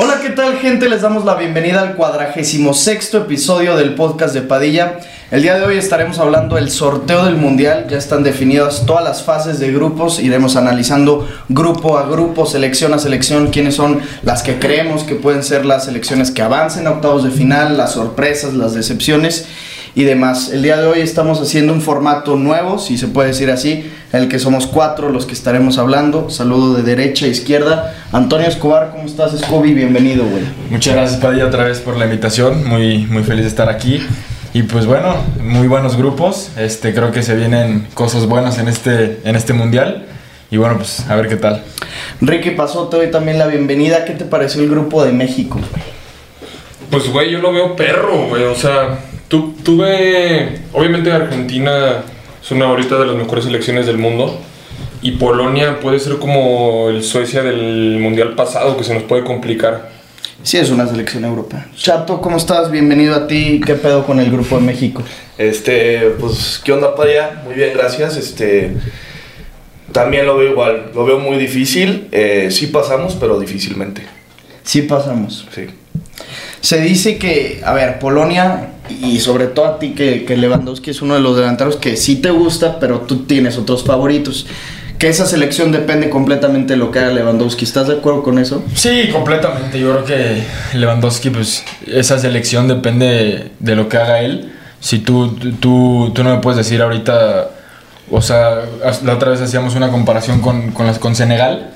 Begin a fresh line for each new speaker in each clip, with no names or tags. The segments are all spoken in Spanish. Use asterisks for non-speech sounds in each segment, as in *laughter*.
Hola, ¿qué tal gente? Les damos la bienvenida al cuadragésimo sexto episodio del podcast de Padilla. El día de hoy estaremos hablando del sorteo del mundial. Ya están definidas todas las fases de grupos. Iremos analizando grupo a grupo, selección a selección, quiénes son las que creemos que pueden ser las selecciones que avancen a octavos de final, las sorpresas, las decepciones y demás. El día de hoy estamos haciendo un formato nuevo, si se puede decir así, en el que somos cuatro los que estaremos hablando. Saludo de derecha a izquierda. Antonio Escobar, ¿cómo estás, Scooby? Bienvenido, güey.
Muchas gracias Padilla otra vez por la invitación, muy, muy feliz de estar aquí. Y pues bueno, muy buenos grupos, este, creo que se vienen cosas buenas en este, en este mundial. Y bueno, pues a ver qué tal.
Ricky Pasote, hoy también la bienvenida. ¿Qué te pareció el grupo de México?
Pues, güey, yo lo veo perro, güey. O sea, tu- tuve. Obviamente, Argentina es una ahorita de las mejores selecciones del mundo. Y Polonia puede ser como el Suecia del mundial pasado, que se nos puede complicar.
Sí, es una selección europea. Chato, ¿cómo estás? Bienvenido a ti. ¿Qué pedo con el grupo de México?
Este, pues, ¿qué onda, Padilla? Muy bien, gracias. Este, también lo veo igual, lo veo muy difícil. Eh, sí pasamos, pero difícilmente.
Sí, pasamos.
Sí.
Se dice que, a ver, Polonia y sobre todo a ti que, que Lewandowski es uno de los delanteros que sí te gusta, pero tú tienes otros favoritos. Que esa selección depende completamente de lo que haga Lewandowski. ¿Estás de acuerdo con eso?
Sí, completamente. Yo creo que Lewandowski, pues esa selección depende de lo que haga él. Si tú, tú, tú no me puedes decir ahorita, o sea, la otra vez hacíamos una comparación con, con, las, con Senegal.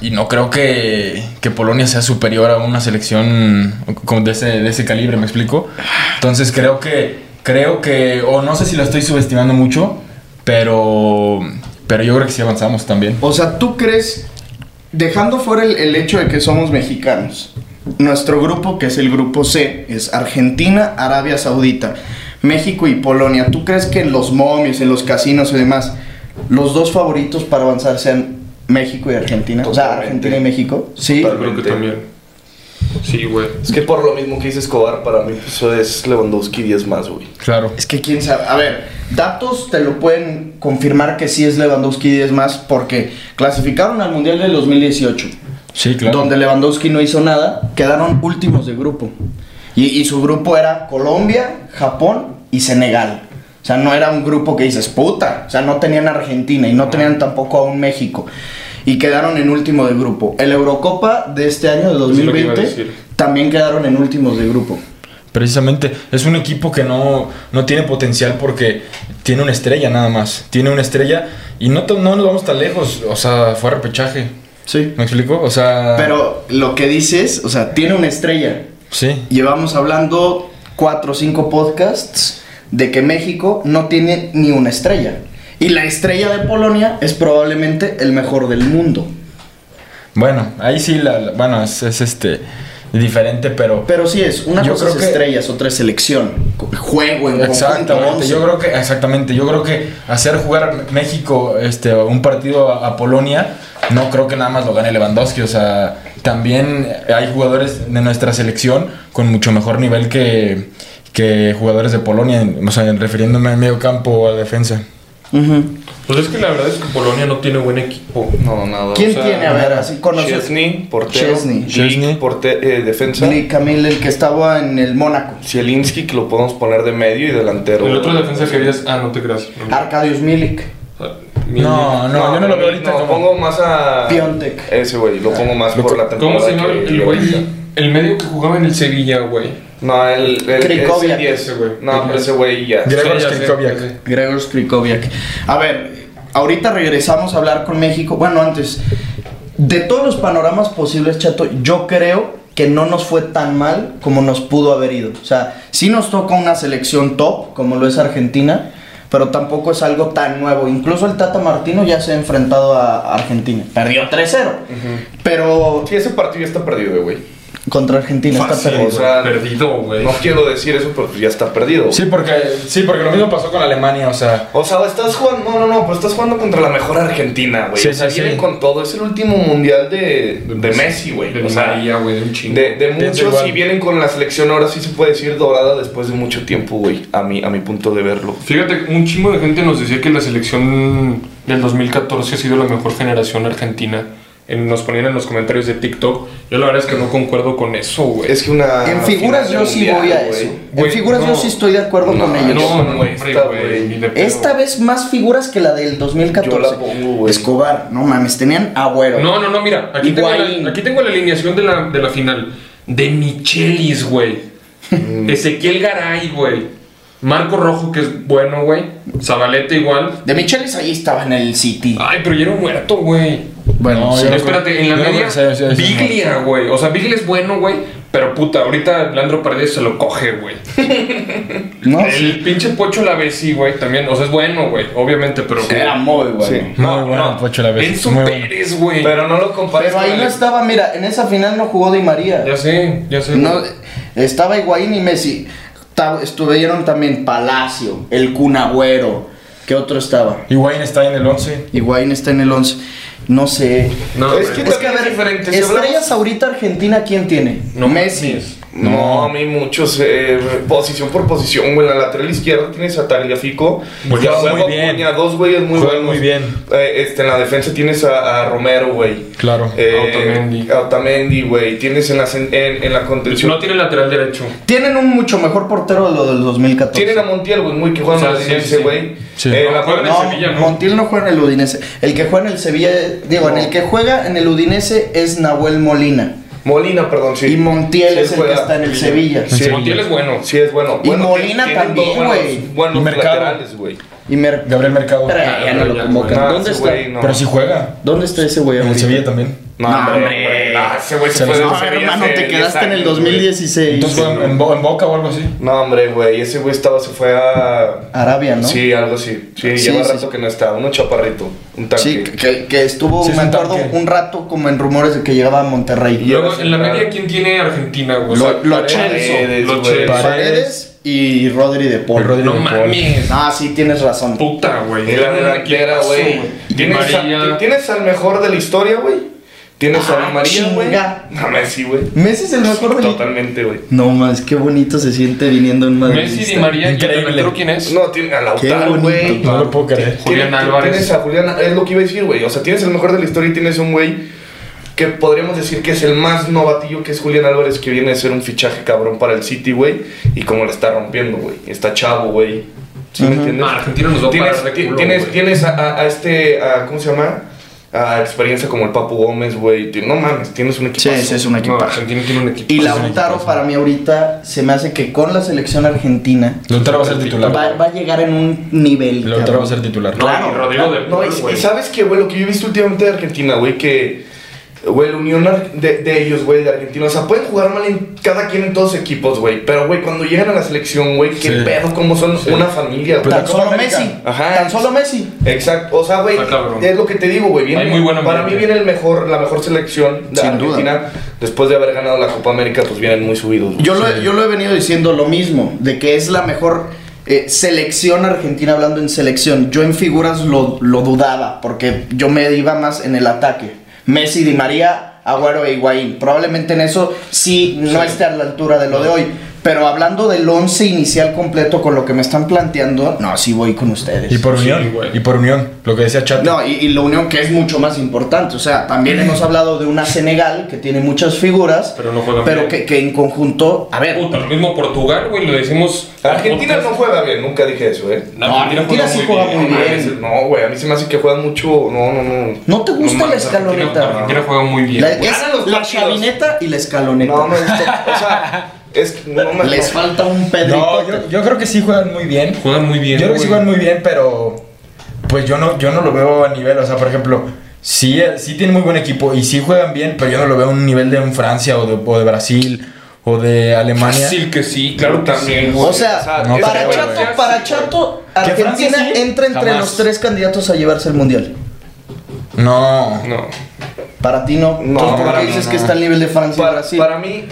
Y no creo que, que Polonia sea superior a una selección como de ese, de ese calibre, ¿me explico? Entonces creo que, creo que, o no sé si la estoy subestimando mucho, pero, pero yo creo que sí avanzamos también.
O sea, ¿tú crees, dejando fuera el, el hecho de que somos mexicanos, nuestro grupo, que es el grupo C, es Argentina, Arabia Saudita, México y Polonia, ¿tú crees que en los momios, en los casinos y demás, los dos favoritos para avanzar sean México y Argentina? O sea,
Totalmente.
Argentina y México, sí.
Total.
Creo que
Realmente.
también. Sí, güey.
Es que por lo mismo que dice Escobar, para mí eso es Lewandowski 10 más, güey.
Claro.
Es que quién sabe. A ver, datos te lo pueden confirmar que sí es Lewandowski y es más, porque clasificaron al Mundial del 2018.
Sí, claro.
donde Lewandowski no hizo nada, quedaron últimos de grupo. Y, y su grupo era Colombia, Japón y Senegal. O sea, no era un grupo que dices, puta. O sea, no tenían Argentina y no tenían tampoco aún México. Y quedaron en último de grupo. El Eurocopa de este año, de
lo que iba a
2020,
decir.
también quedaron en últimos de grupo.
Precisamente, es un equipo que no, no tiene potencial porque tiene una estrella nada más. Tiene una estrella y no, to- no nos vamos tan lejos. O sea, fue a repechaje.
Sí.
¿Me explico? O
Ah.
sea.
Pero lo que dices, o sea, tiene una estrella.
Sí.
Llevamos hablando cuatro o cinco podcasts de que México no tiene ni una estrella. Y la estrella de Polonia es probablemente el mejor del mundo.
Bueno, ahí sí, la, la- bueno, es, es, este. Diferente, pero.
Pero sí es, una
Yo
cosa
creo
es
que-
estrellas, otra es selección. co- Juego en conjunto,
Exactamente,
once.
yo creo que exactamente, yo creo que hacer jugar México este un partido a, a Polonia no creo que nada más lo gane Lewandowski, o sea, también hay jugadores de nuestra selección con mucho mejor nivel que, que jugadores de Polonia, en- o sea, en- refiriéndome al medio campo o a defensa.
Ujú.
Pues es que la verdad es que Polonia no tiene buen equipo.
No, nada.
¿Quién tiene? A ver, así conoces.
Chesney, portero.
Chesney.
Glick,
Chesney.
porte- eh, defensa.
Lee Camil, el que estaba en el Mónaco.
Zielinski, que lo podemos poner de medio y delantero.
El otro defensa que habías. Ah, no te creas. No.
Arcadius Milik.
Mi-
No, no, yo no lo veo ahorita
No,
como-
pongo más a...
Piontek.
Ese, güey, lo pongo más por la temporada
¿Cómo se llama
que-
el güey? El medio que jugaba en el Sevilla, güey.
No, el, el,
Krikoviak.
ese 10,
Ese güey.
No, pero ese güey ya.
Gregor
Sí, ya sé,
Skrikoviak.
ya sé.
Gregor Skrikoviak. A ver, ahorita regresamos a hablar con México. Bueno, antes, de todos los panoramas posibles, Chato, yo creo que no nos fue tan mal como nos pudo haber ido. O sea, sí nos toca una selección top, como lo es Argentina, pero tampoco es algo tan nuevo. Incluso el Tata Martino ya se ha enfrentado a Argentina. Perdió 3-0. Pero
Sí, ese partido ya está perdido, güey.
contra Argentina está
Fácil,
perdido.
o sea,
perdido, güey.
No quiero decir eso, pero pues ya está perdido.
Sí porque, sí, porque lo mismo pasó con Alemania, o sea.
O sea, estás jugando. No, no, no, pero estás jugando contra la mejor Argentina, güey.
Sí,
o sea,
sí,
vienen
sí.
con todo. Es el último mundial de, de Messi, güey.
De
O
Di
sea,
María, güey, de un chingo.
de, de
Pienso
muchos
igual.
y vienen con la selección ahora sí se puede decir dorada después de mucho tiempo, güey. A mi, a mi punto de verlo.
Fíjate, un chingo de gente nos decía que la selección del 2014 ha sido la mejor generación argentina. En- nos ponían en los comentarios de TikTok. Yo la verdad es que no concuerdo con eso, güey.
Es que una.
En figuras
final
yo
de
sí
mundial,
voy a
güey.
eso.
Güey,
en figuras yo
no.
sí estoy de acuerdo
No,
con
no,
ellos.
no, no,
güey,
hombre,
esta,
güey,
güey.
ni de pedo.
Esta vez más figuras que la del 2014.
Yo la pongo, güey.
Escobar, no mames, tenían agüero.
No, no, no, mira. Aquí, tengo
Higuaín.
la, aquí tengo la alineación de la, de la final. De Michelis, güey.
Mm.
Ezequiel Garay, güey. Marco Rojo, que es bueno, güey. Zabaleta igual.
De Michelis ahí estaba en el City.
Ay, pero ya era un muerto, güey.
bueno,
No,
sí.
yo-
Espérate, en la
Yo creo
media,
que sea- sea- sea-
Biglia, güey. O sea, Biglia es bueno, güey. Pero puta, ahorita Leandro Paredes se lo coge, güey.
¿no?
El pinche Pocho la sí, güey, también. O sea, es bueno, güey, obviamente, pero.
Era muy bueno.
Sí.
Muy bueno, Pocho la vez.
Enzo
muy bueno.
Pérez, güey.
Pero no lo compares.
Pero ahí
con
no
el-
estaba, mira, en esa final no jugó Di María.
Ya sé, ya sé.
No,
güey.
estaba Higuaín y Messi. Ta- Estuvieron también Palacio, el Cunagüero. ¿Qué otro estaba?
Higuaín está en el 11.
Higuaín está en el 11. No sé.
No,
Es
güey.
que
Es que a
también
ver,
es diferente. si hablamos-
estrellas ahorita Argentina, ¿quién tiene?
No,
Messi.
mames.
No, a mí muchos, eh, posición por posición, güey. En la lateral izquierda tienes a Tagliafico.
Juega
y a
muy
huevo
bien.
Acuña, dos güeyes muy
Juega
buenos.
muy bien.
Eh, este, en la defensa tienes a, a Romero, güey.
Claro.
Eh,
Otamendi.
a Otamendi, güey. Tienes en la, cen- en, en la contención.
No tiene lateral derecho.
Tienen un mucho mejor portero de lo del 2014.
Tienen a Montiel, güey, muy que juega
O
en
sea,
el
sí,
Udinese,
sí.
güey.
Sí.
Eh, la-
No, juega en el
No,
Sevilla, ¿no?
Montiel no juega en el Udinese. El que juega en el Sevilla, digo, en el que juega en el Udinese es Nahuel Molina.
Molina, perdón, sí.
Y Montiel
Sí,
es el que
juega.
está en el Sevilla.
Sí.
Montiel es bueno.
Sí, es bueno.
Y
Bueno,
Molina
tienen dos
también,
buenos-
güey.
Buenos
Y Mercado.
laterales, güey.
Y Mer-
Gabriel Mercado.
Pero ya, ya no lo
Ya,
convocan.
No,
¿Dónde
ese
está?
Ah, güey no.
Pero si juega.
¿Dónde está ese güey?
En el
ahorita?
Sevilla también.
No,
No,
hombre,
hombre.
güey. Ah, ese güey se
Se
fue de
les-
No,
los Sevilla
hermano,
hace
te
10
quedaste en el
años, güey.
2016.
Entonces juega en, Bo- en Boca o algo así.
No, hombre, güey, ese güey estaba, se fue a...
Arabia, ¿no?
Sí, algo así. Sí,
Sí,
lleva
sí,
rato
sí.
que no está. Uno chaparrito, un tanque.
Sí, que, que estuvo,
Sí, es
me
un
acuerdo,
tanque.
un rato como en rumores de que llegaba a Monterrey.
Y
Luego,
ahora
en la
sí,
media,
claro.
¿quién tiene Argentina, güey? O
Lo-
sea,
lo
Paredes,
Lo
güey.
Chelsea.
Paredes y Rodri de Paul.
Rodri
No
de Paul.
mames.
Ah, sí, tienes razón.
Puta, güey.
Y la delantera, güey.
Di
Tienes, a-
María.
tienes al mejor de la historia, güey. Tienes
Ah,
a María, güey.
chinga.
No, Messi, güey.
Messi es el mejor de la-
Totalmente, güey.
No más, qué bonito se siente viniendo un madridista.
Messi, Di María. ¿Y el
Increíble.
delantero quién es?
No, tiene a
Qué
Lautaro,
bonito.
güey.
No lo puedo creer.
Julián
Tienes-
Álvarez.
Tienes a Julián, es lo que iba a decir, güey. O sea, tienes el mejor de la historia y tienes un güey que podríamos decir que es el más novatillo, que es Julián Álvarez, que viene a ser un fichaje cabrón para el City, güey. Y cómo le está rompiendo, güey. Está chavo, güey. ¿Sí me entiendes?
No, Argentina nos va a
Tienes,
parar de
ti-
culo,
tienes,
güey.
tienes a, a- a este, a- ¿cómo se llama? A experiencia como el Papu Gómez, güey. Ti- No mames, tienes un
Sí,
equipo.
ese es un
No,
equipaje.
Argentina tiene un equipo.
y Lautaro para mí ahorita se me hace que con la selección argentina
Lautaro va a ser titular.
va, va a llegar en un nivel.
Lautaro va a
cabrón.
ser titular.
No,
Claro,
y Rodrigo de
No,
Paul,
y,
güey.
y sabes que, güey, lo que yo he visto últimamente de Argentina, güey, que, güey, la unión ar- de, de ellos, güey, de Argentina, o sea, pueden jugar mal en cada quien en todos los equipos, güey, pero, güey, cuando llegan a la selección, güey, qué
Sí.
pedo, cómo son una familia, güey.
Pues la
Tan
Copa
solo
América.
Messi.
Ajá.
Tan solo Messi.
Exacto, o sea, güey,
Está cabrón.
es lo que te digo, güey, viene-
Hay muy buena
para mí
ambiente.
viene el mejor, la mejor selección de
Sin
Argentina, después de haber ganado la Copa América, pues vienen muy subidos. güey.
Yo lo, he- yo lo he venido diciendo lo mismo, de que es la mejor eh, selección argentina, hablando en selección. Yo en figuras lo, lo dudaba, porque yo me iba más en el ataque. Messi, Di María, Agüero e Higuaín. Probablemente en eso sí no esté a la altura de lo de hoy. Pero hablando del 11 inicial completo con lo que me están planteando, no, sí voy con ustedes.
Y por
Sí,
unión.
güey.
y por unión. Lo que decía Chato.
No, y, y la unión que es mucho más importante. O sea, también hemos hablado de una Senegal que tiene muchas figuras,
Pero no juegan
pero
bien.
que, que en conjunto, a ver,
Puta, lo mismo Portugal, güey. Lo decimos.
Argentina no juega bien, nunca dije eso, eh.
La
No, Argentina sí juega
No,
muy bien.
mames, no, güey, a mí se me hace que juegan mucho, no, no, no.
¿No te gusta la
mames,
escaloneta?
Argentina, Argentina juega muy bien.
La,
güey.
es
Ganan los
la
partidos.
chavineta y la escaloneta.
No, no, es to- o sea, es no me
Les
no.
falta un pedrito.
No, yo, yo creo que sí juegan muy bien.
Juegan muy bien.
Yo creo que sí
güey.
juegan muy bien, pero pues yo no, yo no lo veo a nivel. O sea, por ejemplo, sí, eh, sí tiene muy buen equipo y sí juegan bien, pero yo no lo veo a un nivel de un Francia o de, o de Brasil o de Alemania.
Fácil que sí, claro también, güey.
O sea,
no
para,
creo,
Chato,
güey.
para Chato,
¿Que
Argentina
Francia sí?
entra entre
Jamás.
los tres candidatos a llevarse el mundial.
No.
no.
Para ti no. Entonces, ¿por
para
qué
mí
dices
no.
que está al nivel de Francia y
Para,
Brasil?
para mí, eh,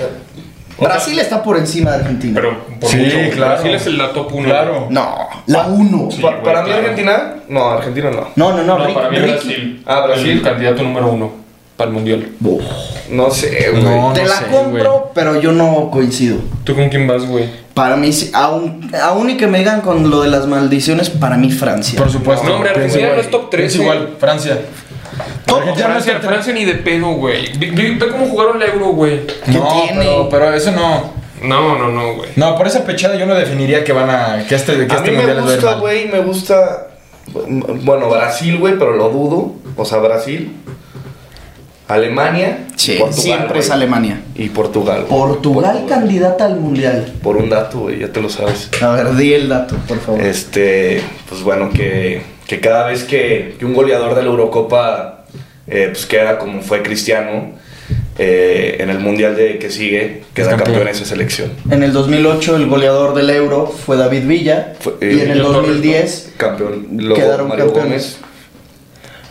Brasil está por encima de Argentina.
Pero por
Sí,
mucho, güey.
claro.
Brasil es el la top uno.
Claro.
no, la uno.
Sí,
pa-
güey,
para mí
claro.
Argentina, no, Argentina no.
No, no, no.
No,
Rick-
para mí
Ricky-
Brasil.
Ah, Brasil.
El candidato número uno para el mundial.
Uf,
No sé, güey.
No,
te
no
la
sé,
compro, pero yo no coincido.
¿Tú con quién vas, güey?
Para mí, sí, aún, aún y que me digan con lo de las maldiciones, para mí Francia.
Por supuesto.
No, hombre,
pienso
Argentina
igual.
no es top tres,
Pienso
eh.
igual, Francia.
Oh,
Argentina no es
Francia,
top tres.
Francia ni de pedo, güey. Ve- Ve ve cómo jugaron el Euro, güey.
¿Qué
No,
tiene?
pero, pero eso no.
No, no, no, güey.
No, por esa pechada yo no definiría que van a. que este, que
A
este
mí me
mundial les va a ir
gusta,
mal.
güey, me gusta. Bueno, Brasil, güey, pero lo dudo. O sea, Brasil, Alemania,
Sí,
Portugal,
siempre
güey.
es Alemania.
Y Portugal. güey.
Portugal candidata al mundial.
Por un dato, güey, ya te lo sabes.
A ver, di el dato, por favor.
Este, pues bueno, que, que cada vez que, que un goleador de la Eurocopa eh, pues queda como fue Cristiano, eh, en el Mundial de que sigue, queda
campeón.
campeón. en esa selección.
En el 2008 el goleador del Euro fue David Villa
Fue, eh,
y en el
Villa Torres,
2010
Campeón, luego
Quedaron
Mario
campeones.
Gómez.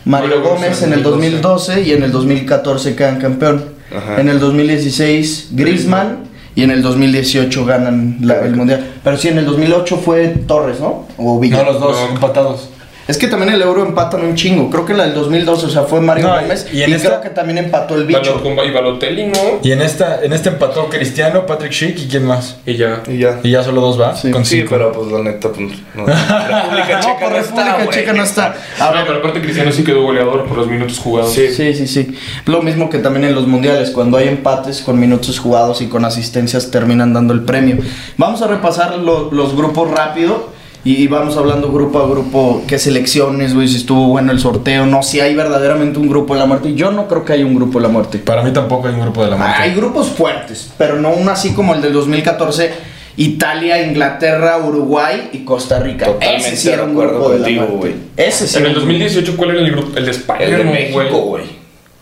Mario
Mario
Gómez
Gómez
en el
2012.
2012 y en el 2014 quedan campeón.
Ajá.
En el 2016 Griezmann y en el 2018 ganan la- el mundial. Pero sí, en el 2008 fue Torres, ¿no? O Villa.
No, los dos,
No.
empatados.
Es que también el Euro empatan un chingo. Creo que la del 2012, o sea, fue Mario
No,
Gómez y,
y en esta-
creo que también empató el bicho.
Balo- con- Y Balotelli, ¿no?
Y en esta, en este empató Cristiano, Patrick Schick y quién más.
Y ya.
Y ya.
Y ya solo dos va.
Sí.
con
Sí,
cinco.
pero pues la neta, pues, no. República
No, por República
güey.
Checa no está. A
Ah, No,
ver,
pero aparte Cristiano sí quedó goleador por los minutos jugados.
Sí.
Sí, sí, sí. Lo mismo que también en los mundiales, cuando hay empates con minutos jugados y con asistencias terminan dando el premio. Vamos a repasar lo- los grupos rápido y vamos hablando grupo a grupo, qué selecciones, güey, si estuvo bueno el sorteo, no, si hay verdaderamente un grupo de la muerte. Yo no creo que haya un grupo de la muerte.
Para mí tampoco hay un grupo de la muerte.
Hay grupos fuertes, pero no uno así como el del 2014. Italia, Inglaterra, Uruguay y Costa Rica.
Totalmente
Ese sí era
de
un
acuerdo
grupo de la
contigo,
muerte.
güey.
Ese sí.
En
era
el
un grupo.
2018, ¿cuál era el grupo? El de España.
El de
güey.
México, güey.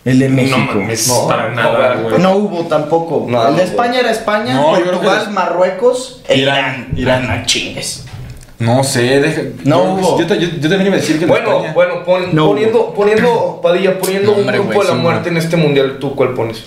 El de México.
No mames,
No,
para
no,
nada,
no,
güey.
Pues No hubo tampoco.
No,
el de
no,
España era España,
No, yo creo
Portugal,
que-
Marruecos e Irán. Irán,
Irán, Irán.
no chingues.
No sé, deja.
No
yo,
hubo.
Yo, ta- yo- yo también iba a decir que en
Bueno,
España-
bueno, pon-
No,
poniendo, poniendo, Padilla, poniendo
No, hombre,
un grupo
güey,
de la
sí,
muerte en este mundial, ¿tú cuál pones?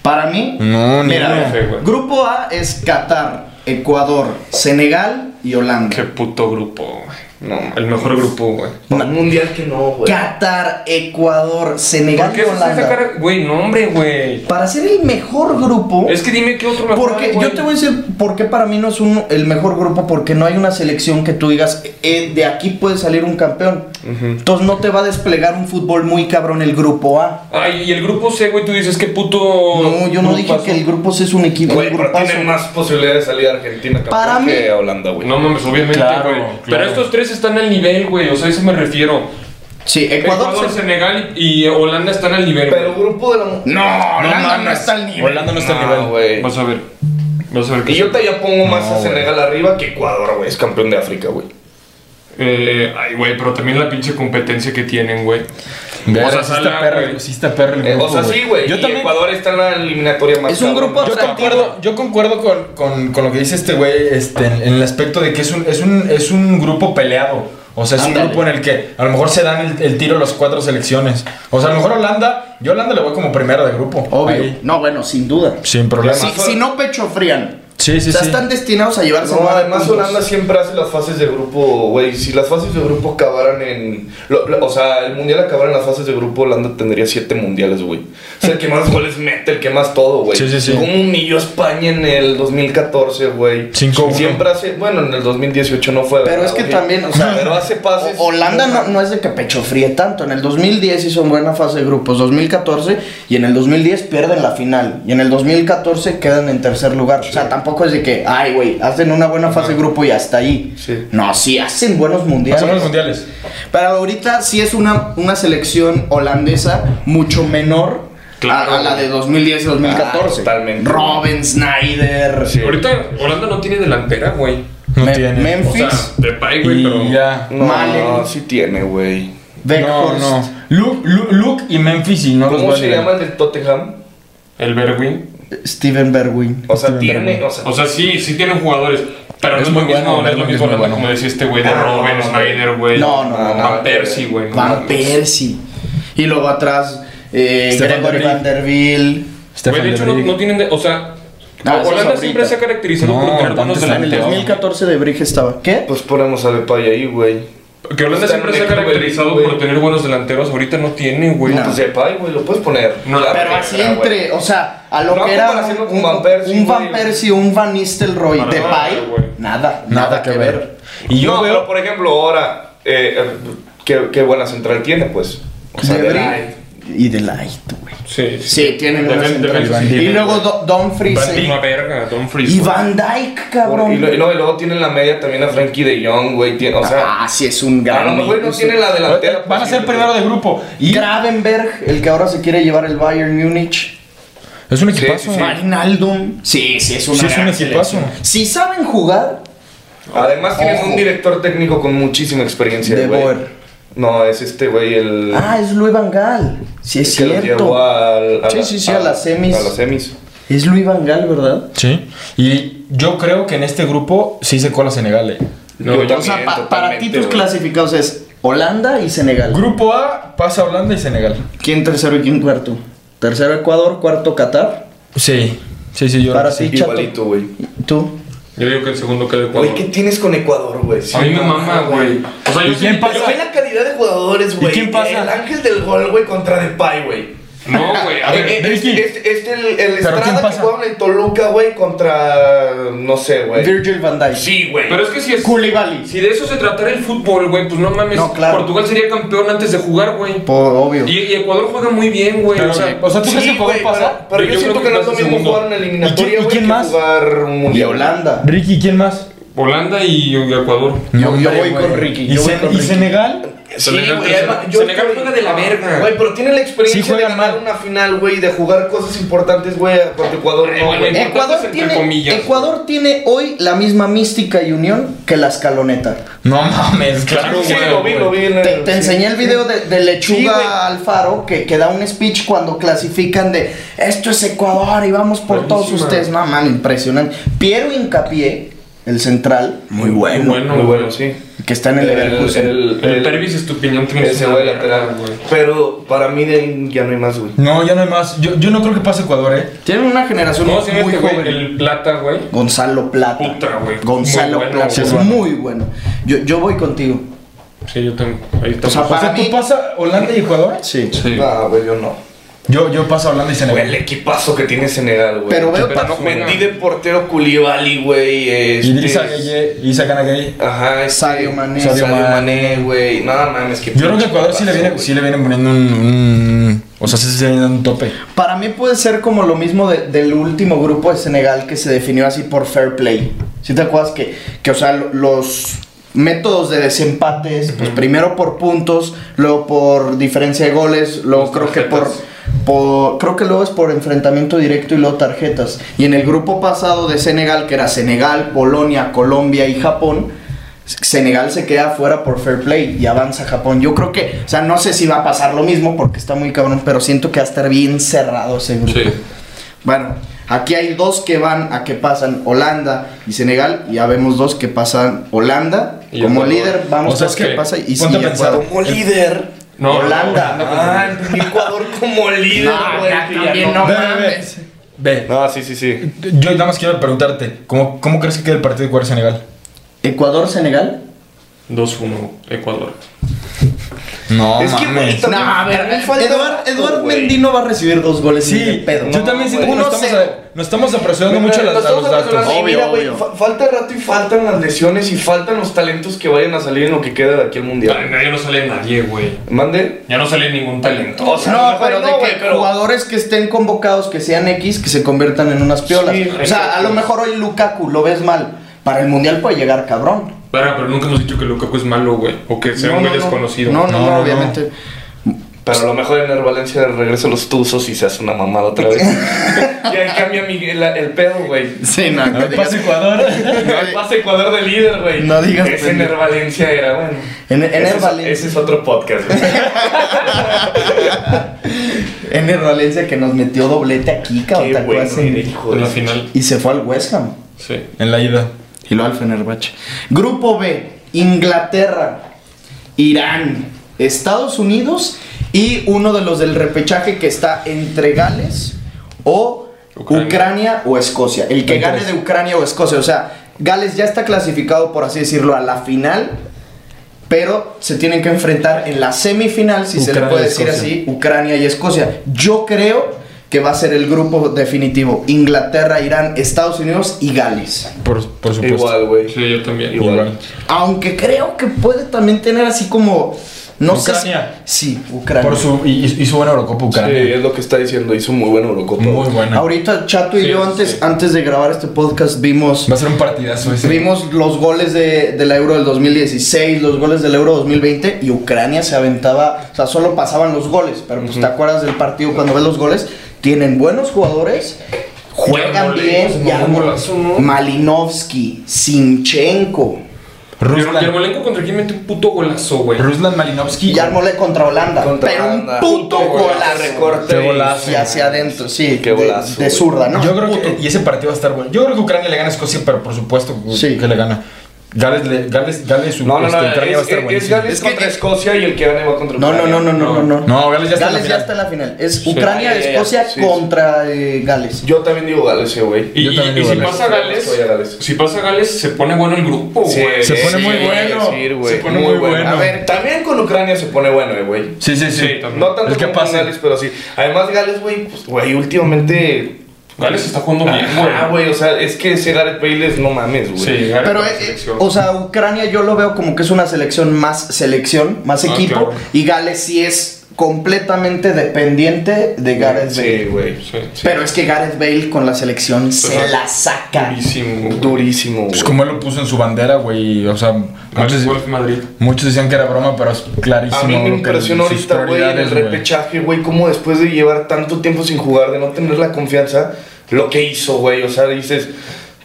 Para mí,
No, ni
mira,
idea.
F, güey.
grupo A es Qatar, Ecuador, Senegal y Holanda.
Qué puto grupo, güey.
No,
El mejor grupo, güey.
Ma-
Un mundial que no, güey.
Qatar, Ecuador, Senegal
¿Por
y
qué se
Holanda.
sacar? Güey, no, hombre, güey.
Para ser el mejor grupo.
Es que dime qué otro mejor.
Porque
güey.
yo te voy a decir por qué para mí no es un- el mejor grupo, porque no hay una selección que tú digas, eh, de aquí puede salir un campeón. Entonces no te va a desplegar un fútbol muy cabrón el grupo A.
Ay, y el grupo C, güey, tú dices qué puto.
No, yo no dije
grupazo.
que el grupo C es un equipo,
Güey,
un
pero
grupazo.
tienen más posibilidades de salir a Argentina campeón
Para mí-
que a Holanda, güey.
No mames, obviamente,
Claro,
güey.
claro.
Pero estos tres están al nivel, güey. O sea, a eso me refiero.
Sí,
Ecuador,
se-
Senegal y y Holanda están al nivel, güey.
Pero grupo de la muerte.
No, Holanda no,
mames.
está al nivel.
Holanda no está al nivel.
güey.
Vas a ver. Vas a ver qué
Eh, Pues, Y yo te ya pongo más
No,
a Senegal arriba que Ecuador, güey. Es campeón de África, güey.
Eh, ay, güey, pero también la pinche competencia que tienen, güey.
Verga,
O sea,
sí
Salah,
está perro,
güey.
sí está perro el
Eh,
grupo.
o sea, sí, güey.
Yo
y
también.
Ecuador está en la eliminatoria más
Es un
cabrón,
grupo
¿no?
Yo concuerdo, yo concuerdo con, con- con lo que dice este güey este, en, en el aspecto de que es un, es un, es un grupo peleado. O sea, es
Ándale.
un grupo en el que a lo mejor se dan el, el tiro las cuatro selecciones. O sea, a lo mejor Holanda, yo a Holanda le voy como primera de grupo.
Obvio.
Ahí.
No, bueno, sin duda.
Sin problema.
Si,
Sí,
si no pecho frían.
Sí, sí,
o sea,
sí.
están destinados a llevarse
No,
nueve Ah,
además
puntos.
Holanda siempre hace las fases de grupo, güey. Si las fases de grupo acabaran en. lo- lo- o sea, el mundial acabara en las fases de grupo, Holanda tendría siete mundiales, güey. O sea, el
*laughs*
que más goles mete, el que más todo, güey.
Sí, sí, sí.
Como humilló a España en el 2014, güey.
5-1.
Siempre hace. Bueno, en el 2018 no fue.
Pero
¿verdad,
es que
güey?
también, o sea,
*laughs* Pero hace pases.
O- Holanda no, no es de que pecho fríe tanto. En el 2010 hizo buena fase de grupos, 2014 y en el 2010 pierden la final y en el 2014 quedan en tercer lugar. O sea, tampoco es de que, ay, güey, hacen una buena fase de grupo y hasta ahí.
Sí.
No, sí hacen buenos mundiales.
Son los mundiales.
Pero ahorita sí es una, una selección holandesa mucho menor
Claro.
a, a la de 2010 y 2014.
Ah, totalmente.
Robin, Snyder,
Sí.
Ahorita Holanda no tiene delantera, güey.
No
Me-
tiene.
Memphis,
O sea, de pay, güey, pero.
y ya.
No,
Malen.
sí tiene, güey.
Weghorst.
No, no. Luke, Luke, Luke y Memphis y no los
¿Cómo
voy a
se
leer.
llama el del Tottenham?
El Berwin.
Steven Berwin.
O sea,
Steven
tiene.
Bergwijn.
O sea,
O sea, sí, sí tienen jugadores. Pero
Es
no es
muy
lo mismo,
bueno,
no es lo
Bergwijn es
mismo
muy bueno.
hablando como decía este güey de
Ah, no,
Robin,
no, no.
Snyder, güey.
No, no, no,
Van
no.
Persie, güey. no
Van
mames.
Persie. Y luego atrás, eh,
Stefan
Gregory
Van
Van der Biel.
Güey,
Stefan
de hecho, no,
Derrick.
no tienen. de- o sea,
Ah, eso es
Holanda
ahorita.
siempre se ha caracterizado
No,
por tener buenos
antes en el
En el
delanteros.
2014 de Brige estaba. ¿Qué?
pues ponemos a Depay ahí, güey.
Que Holanda
Está en
siempre se ha
México,
caracterizado
güey.
por tener buenos delanteros. Ahorita no tiene, güey.
No.
Pues Depay, güey, lo puedes poner.
No,
La
pero
Pero
verga,
así
güey.
entre, o sea, a lo
No,
que era un,
comparación con
un-
Van Persie,
un Van
güey.
Persie, un Van Nistelrooy
No, no,
de
no,
Pai,
güey.
nada,
Nada que ver.
Y
Y yo
yo,
veo-
pero por ejemplo, ahora, eh, eh, qué, qué buena central tiene, pues. O sea,
De
de
Brink
la-
y de Light, güey.
Sí,
Sí, tienen
Defen-
una central.
defensa
Van
sí
Y
Dijk.
tiene,
luego
güey.
Do- Dumfries
Van Dijk,
eh,
una verga, Don Freeze.
y Van Dyke, cabrón.
Y, lo- y luego- y luego tiene en la media también a Frankie de Jong, güey. tiene- O sea,
ah, pues, eh, sí, es un
a
gran.
lo mejor no
incluso.
tiene la delantera. pues,
Van a ser
posible,
primero de grupo. Y
Gravenberg, el que ahora se quiere llevar el Bayern Múnich.
es un
Sí, sí,
equipazo.
sí.
Magnaldum. Sí, sí, es una
Sí, es un
gran
equipazo.
selección. Si saben jugar,
Además, tienen
Ojo.
un director técnico con muchísima experiencia,
De
güey.
Boer.
No, es este, güey, el.
ah, es Luis Van Gaal. Sí, es
que los
cierto.
llevó al, a
Sí,
la-
sí, sí, a las semis.
A las semis.
Es Luis Van Gaal, ¿verdad?
Sí. Y yo creo que en este grupo sí se cola Senegal. eh.
No,
Yo
yo-
O sea,
Bien,
pa- para ti
totalmente,
tus
güey.
clasificados es Holanda y Senegal.
Grupo A pasa Holanda y Senegal.
¿Quién tercero y quién cuarto? Tercero Ecuador, cuarto Qatar.
Sí. Sí, sí, yo
Para
creo que
ti,
sí.
Chato.
Igualito, güey.
¿Tú?
yo digo que el segundo queda Ecuador.
Güey, ¿qué tienes con Ecuador, güey?
A mí me mama, güey. O sea,
¿Y
yo
quién
sí-
pasa?
Pero ve la calidad de jugadores, güey.
quién pasa?
El ángel del gol, güey, contra Depay, güey.
No, güey.
*laughs*
A
Eh,
ver,
eh,
Ricky.
este, este, este el, el
¿Pero quién
Estrada que
pasa?
jugaban en Toluca, güey, contra. No sé,
Pues,
güey.
Virgil van Dijk.
Sí, güey.
Pero es que si es.
Koulibaly.
Si de eso se tratara el fútbol, güey, pues no mames.
No, claro.
Portugal sería campeón antes de jugar, güey.
Por obvio.
Y, y Ecuador juega muy bien, güey.
Pero,
O sea,
o
pues,
sea, ¿tú crees que
Sí,
Ecuador
güey,
pasa?
pero, pero
Yo-
yo,
yo
siento
creo que
que no es
pasa
lo mismo
segundo.
jugar una
¿Y quién-
eliminatoria,
y
güey,
quién
que
más?
jugar un
Y
mundial.
Holanda.
Ricky, ¿quién más?
Holanda y Ecuador.
Yo- yo voy con Ricky,
¿Y,
yo voy
Sen-
con
y
Ricky.
Senegal?
Sí,
Senegal
güey,
tercero.
además, yo
Senegal
creo-
juega de la verga.
Güey, pero tiene la experiencia
Sí, juegan
de ganar
mal.
una final, güey, de jugar cosas importantes, güey, contra Ecuador.
Ay,
No,
bueno,
güey.
eh.
Ecuador
Entre
tiene,
comillas.
Ecuador tiene hoy la misma mística y unión que la escaloneta.
No mames, claro,
Sí,
güey.
lo vi, lo vi en el-
Te, te
sí.
enseñé el video de, de Lechuga Alfaro que, que da un speech cuando clasifican de esto es Ecuador y vamos por todos
Buenísima.
ustedes. No, man, impresionante. Piero Hincapié, el central, muy bueno,
bueno.
Muy bueno, sí.
que está en el,
El,
Leverkusen.
el,
El Pervis Estupiñán también es
Ese
una
güey
verga,
lateral, güey. Pero para mí de ahí ya no hay más, güey.
No, ya no hay más. Yo, yo no creo que pase Ecuador, eh.
Tienen una generación
¿Cómo
muy
se llama este
joven.
güey? El Plata, güey.
Gonzalo Plata.
Puta, güey.
Gonzalo
Muy bueno,
Plata
güey.
es muy bueno. Yo, yo voy contigo.
Sí, yo también. Ahí está.
O sea,
O
Para
sea, ¿tú
mí-
pasa Holanda y Ecuador?
Sí.
sí.
No, güey, yo no.
Yo, yo paso Holanda y
Güey, el
Senegal.
equipazo que tiene Senegal, güey.
Pero veo
Pero
pa-
no juega.
Metí de portero Culibali, güey. Este...
Idrissa Gueye, Isa Kanagay.
Ajá, este-
Sadio Mané.
Sadio
Sadio
Mané, güey. No mames, que.
Yo creo que Ecuador sí le viene, sí le vienen poniendo un, un- O sea, sí se viene dando un tope.
Para mí puede ser como lo mismo de- del último grupo de Senegal que se definió así por fair play. Si te acuerdas que, que, o sea, lo- los métodos de desempate es pues, primero por puntos, luego por diferencia de goles, luego
Las
creo que por,
tarjetas.
por- creo que luego es por enfrentamiento directo y luego tarjetas. Y en el grupo pasado de Senegal, que era Senegal, Polonia, Colombia y Japón, Senegal se queda fuera por fair play y avanza Japón. Yo creo que, o sea, no sé si va a pasar lo mismo porque está muy cabrón, pero siento que va a estar bien cerrado ese grupo.
Sí.
Bueno, aquí hay dos que van a que pasan Holanda y Senegal y ya vemos dos que pasan Holanda
Y
como
Ecuador.
líder, vamos
O sea,
dos
es
que,
que,
pasa y
ponte a
sí,
pensar.
Ecuador.
Como líder.
No,
Holanda.
no, no, no, no.
Ah, entendí Ecuador como líder,
No,
güey.
ya
que ya
también
no.
no.
ve,
mames.
ve, ve.
No, sí, sí, sí.
Yo nada más quiero preguntarte, ¿cómo, cómo crees que queda el partido de Ecuador-Senegal?
Ecuador Senegal.
2-1, Ecuador.
No,
Es que, güey,
No, a ver,
También falta
Eduard,
rato,
Eduard
güey.
Mendino va a recibir dos goles ni de
Sí,
pedo.
yo
No,
también siento que
güey.
nos estamos,
Uno cero.
a- nos estamos apresurando mucho a, las-
Nos
a los
estamos
datos.
apresurando. Y
Obvio,
mira, güey,
obvio.
fa- falta rato y faltan las lesiones y faltan los talentos que vayan a salir en lo que queda de aquí al
Ya,
mundial.
ya no sale nadie, güey.
Mande.
Ya no sale ningún talento.
O sea,
No,
mejor
pero de
güey,
que jugadores que estén convocados, que sean X, que se conviertan en unas piolas.
Sí,
o sea, a lo mejor hoy Lukaku lo ves mal. Para el mundial puede llegar cabrón.
Verga, pero nunca hemos dicho que Lukaku es malo, güey. O que sea
No,
un
no,
güey
no.
desconocido.
No, no,
No,
no,
no,
obviamente.
Pero a lo mejor en Herbalencia regresa los tuzos y se hace una mamada otra
*laughs*
vez. *laughs* y ahí cambia Miguel el pedo, güey.
Sí, no, no digas-
Pasa Ecuador.
No pasa Ecuador de líder, güey.
eh. No digas
Ese en
pendejo.
Herbalencia era, bueno.
En- en
Ese es-
Herbalencia.
Ese es otro podcast,
*laughs*
güey.
En el Valencia que nos metió doblete aquí, cabrón.
Qué
¿te
bueno,
acuerdas?
mira, hijo de
En la
su-
final.
Y se fue al West Ham.
Sí.
*laughs* En la ida.
Y lo al Fenerbahce. Grupo B, Inglaterra, Irán, Estados Unidos y uno de los del repechaje que está entre Gales o Ucrania,
Ucrania.
o Escocia. El que
Entre
gane de
esos.
Ucrania o Escocia. O sea, Gales ya está clasificado, por así decirlo, a la final. Pero se tienen que enfrentar en la semifinal, si se le
Ucrania y
puede decir
Escocia.
así, Ucrania y Escocia. Yo creo que va a ser el grupo definitivo. Inglaterra, Irán, Estados Unidos y Gales.
Por, por supuesto.
Igual, güey.
Sí, yo también.
Igual.
Aunque creo que puede también tener así como. No
Ucrania.
sé. si- Sí, Ucrania.
Por su, y, y- hizo buena Eurocopa
Sí,
Ucrania.
es lo que está diciendo. Hizo muy buen Eurocopa.
Muy
güey.
buena.
Ahorita Chato y
Sí,
yo antes,
sí.
antes de grabar este podcast vimos.
Va a ser un partidazo ese.
Vimos los goles de, del Euro del 2016, los goles del Euro 2020 y Ucrania se aventaba, o sea, solo pasaban los goles, pero pues te acuerdas del partido cuando ves los goles, tienen buenos jugadores, juegan
Yarmolenko, se
bien,
mamó un
Yarmo-
golazo, ¿no?
Malinovsky, Sinchenko,
Ruslan,
Ruslan,
Yarmolenko contra quién mete un puto golazo, güey.
Ruslan Malinovsky.
Yarmole contra Holanda,
Contra
pero
Holanda.
un puto
Puto golazo,
golazo.
recorte.
Qué golazo.
Y hacia adentro, sí.
Qué
de-
golazo,
De,
güey.
zurda, ¿no?
Yo creo
Puto.
que, y ese partido va a estar bueno. Yo creo que Ucrania le gana a Escocia, pero por supuesto que-
Sí.
que le gana. Gales, le- Gales, Gales,
No, no,
este,
no.
Ucrania va a
Es,
estar
es- es
buenísimo.
Gales
Es que-
contra Escocia y el que gane va contra
No, no,
Ucrania.
no, no, no, no, no.
No, Gales ya está en la
Gales
final.
ya está en la final. Es Ucrania,
Ah, ya, ya, ya.
Escocia
Sí, sí.
contra eh, Gales.
Yo también digo Gales, eh, güey.
Y,
Yo
y-
también
y
digo
si
Gales.
pasa Gales,
Soy a Gales.
si pasa Gales, se pone bueno el grupo,
Sí,
güey.
uh, Se pone
sí,
muy
sí,
bueno.
sí, güey.
Se pone muy bueno.
A ver, también con Ucrania se pone bueno, eh, güey.
Sí, sí, sí.
Sí, también.
No tanto
El que
como con
pase.
Gales, pero sí. Además, Gales, güey, pues, güey, últimamente.
Gales está jugando bien, güey.
Ah, güey, o sea, es que ese Gareth Bale es no mames, güey.
Sí, Gales
Pero,
con la
eh,
selección.
o sea, Ucrania yo lo veo como que es una selección más selección, más
Ah,
equipo.
claro.
Y Gales sí es completamente dependiente de Gareth
Sí,
Bale.
güey.
Sí, sí.
Pero es que Gareth Bale con la selección se
Ajá.
la saca.
Durísimo, güey.
Durísimo, güey.
Pues como él lo puso en su bandera, güey. O sea,
Gales
muchos,
Wolf Madrid.
muchos decían que era broma, pero es clarísimo.
A mí me
lo que-
impresionó
sus
ahorita, güey, en el
prioridades, güey.
repechaje, güey, cómo después de llevar tanto tiempo sin jugar, de no tener la confianza, lo que hizo, güey. O sea, dices,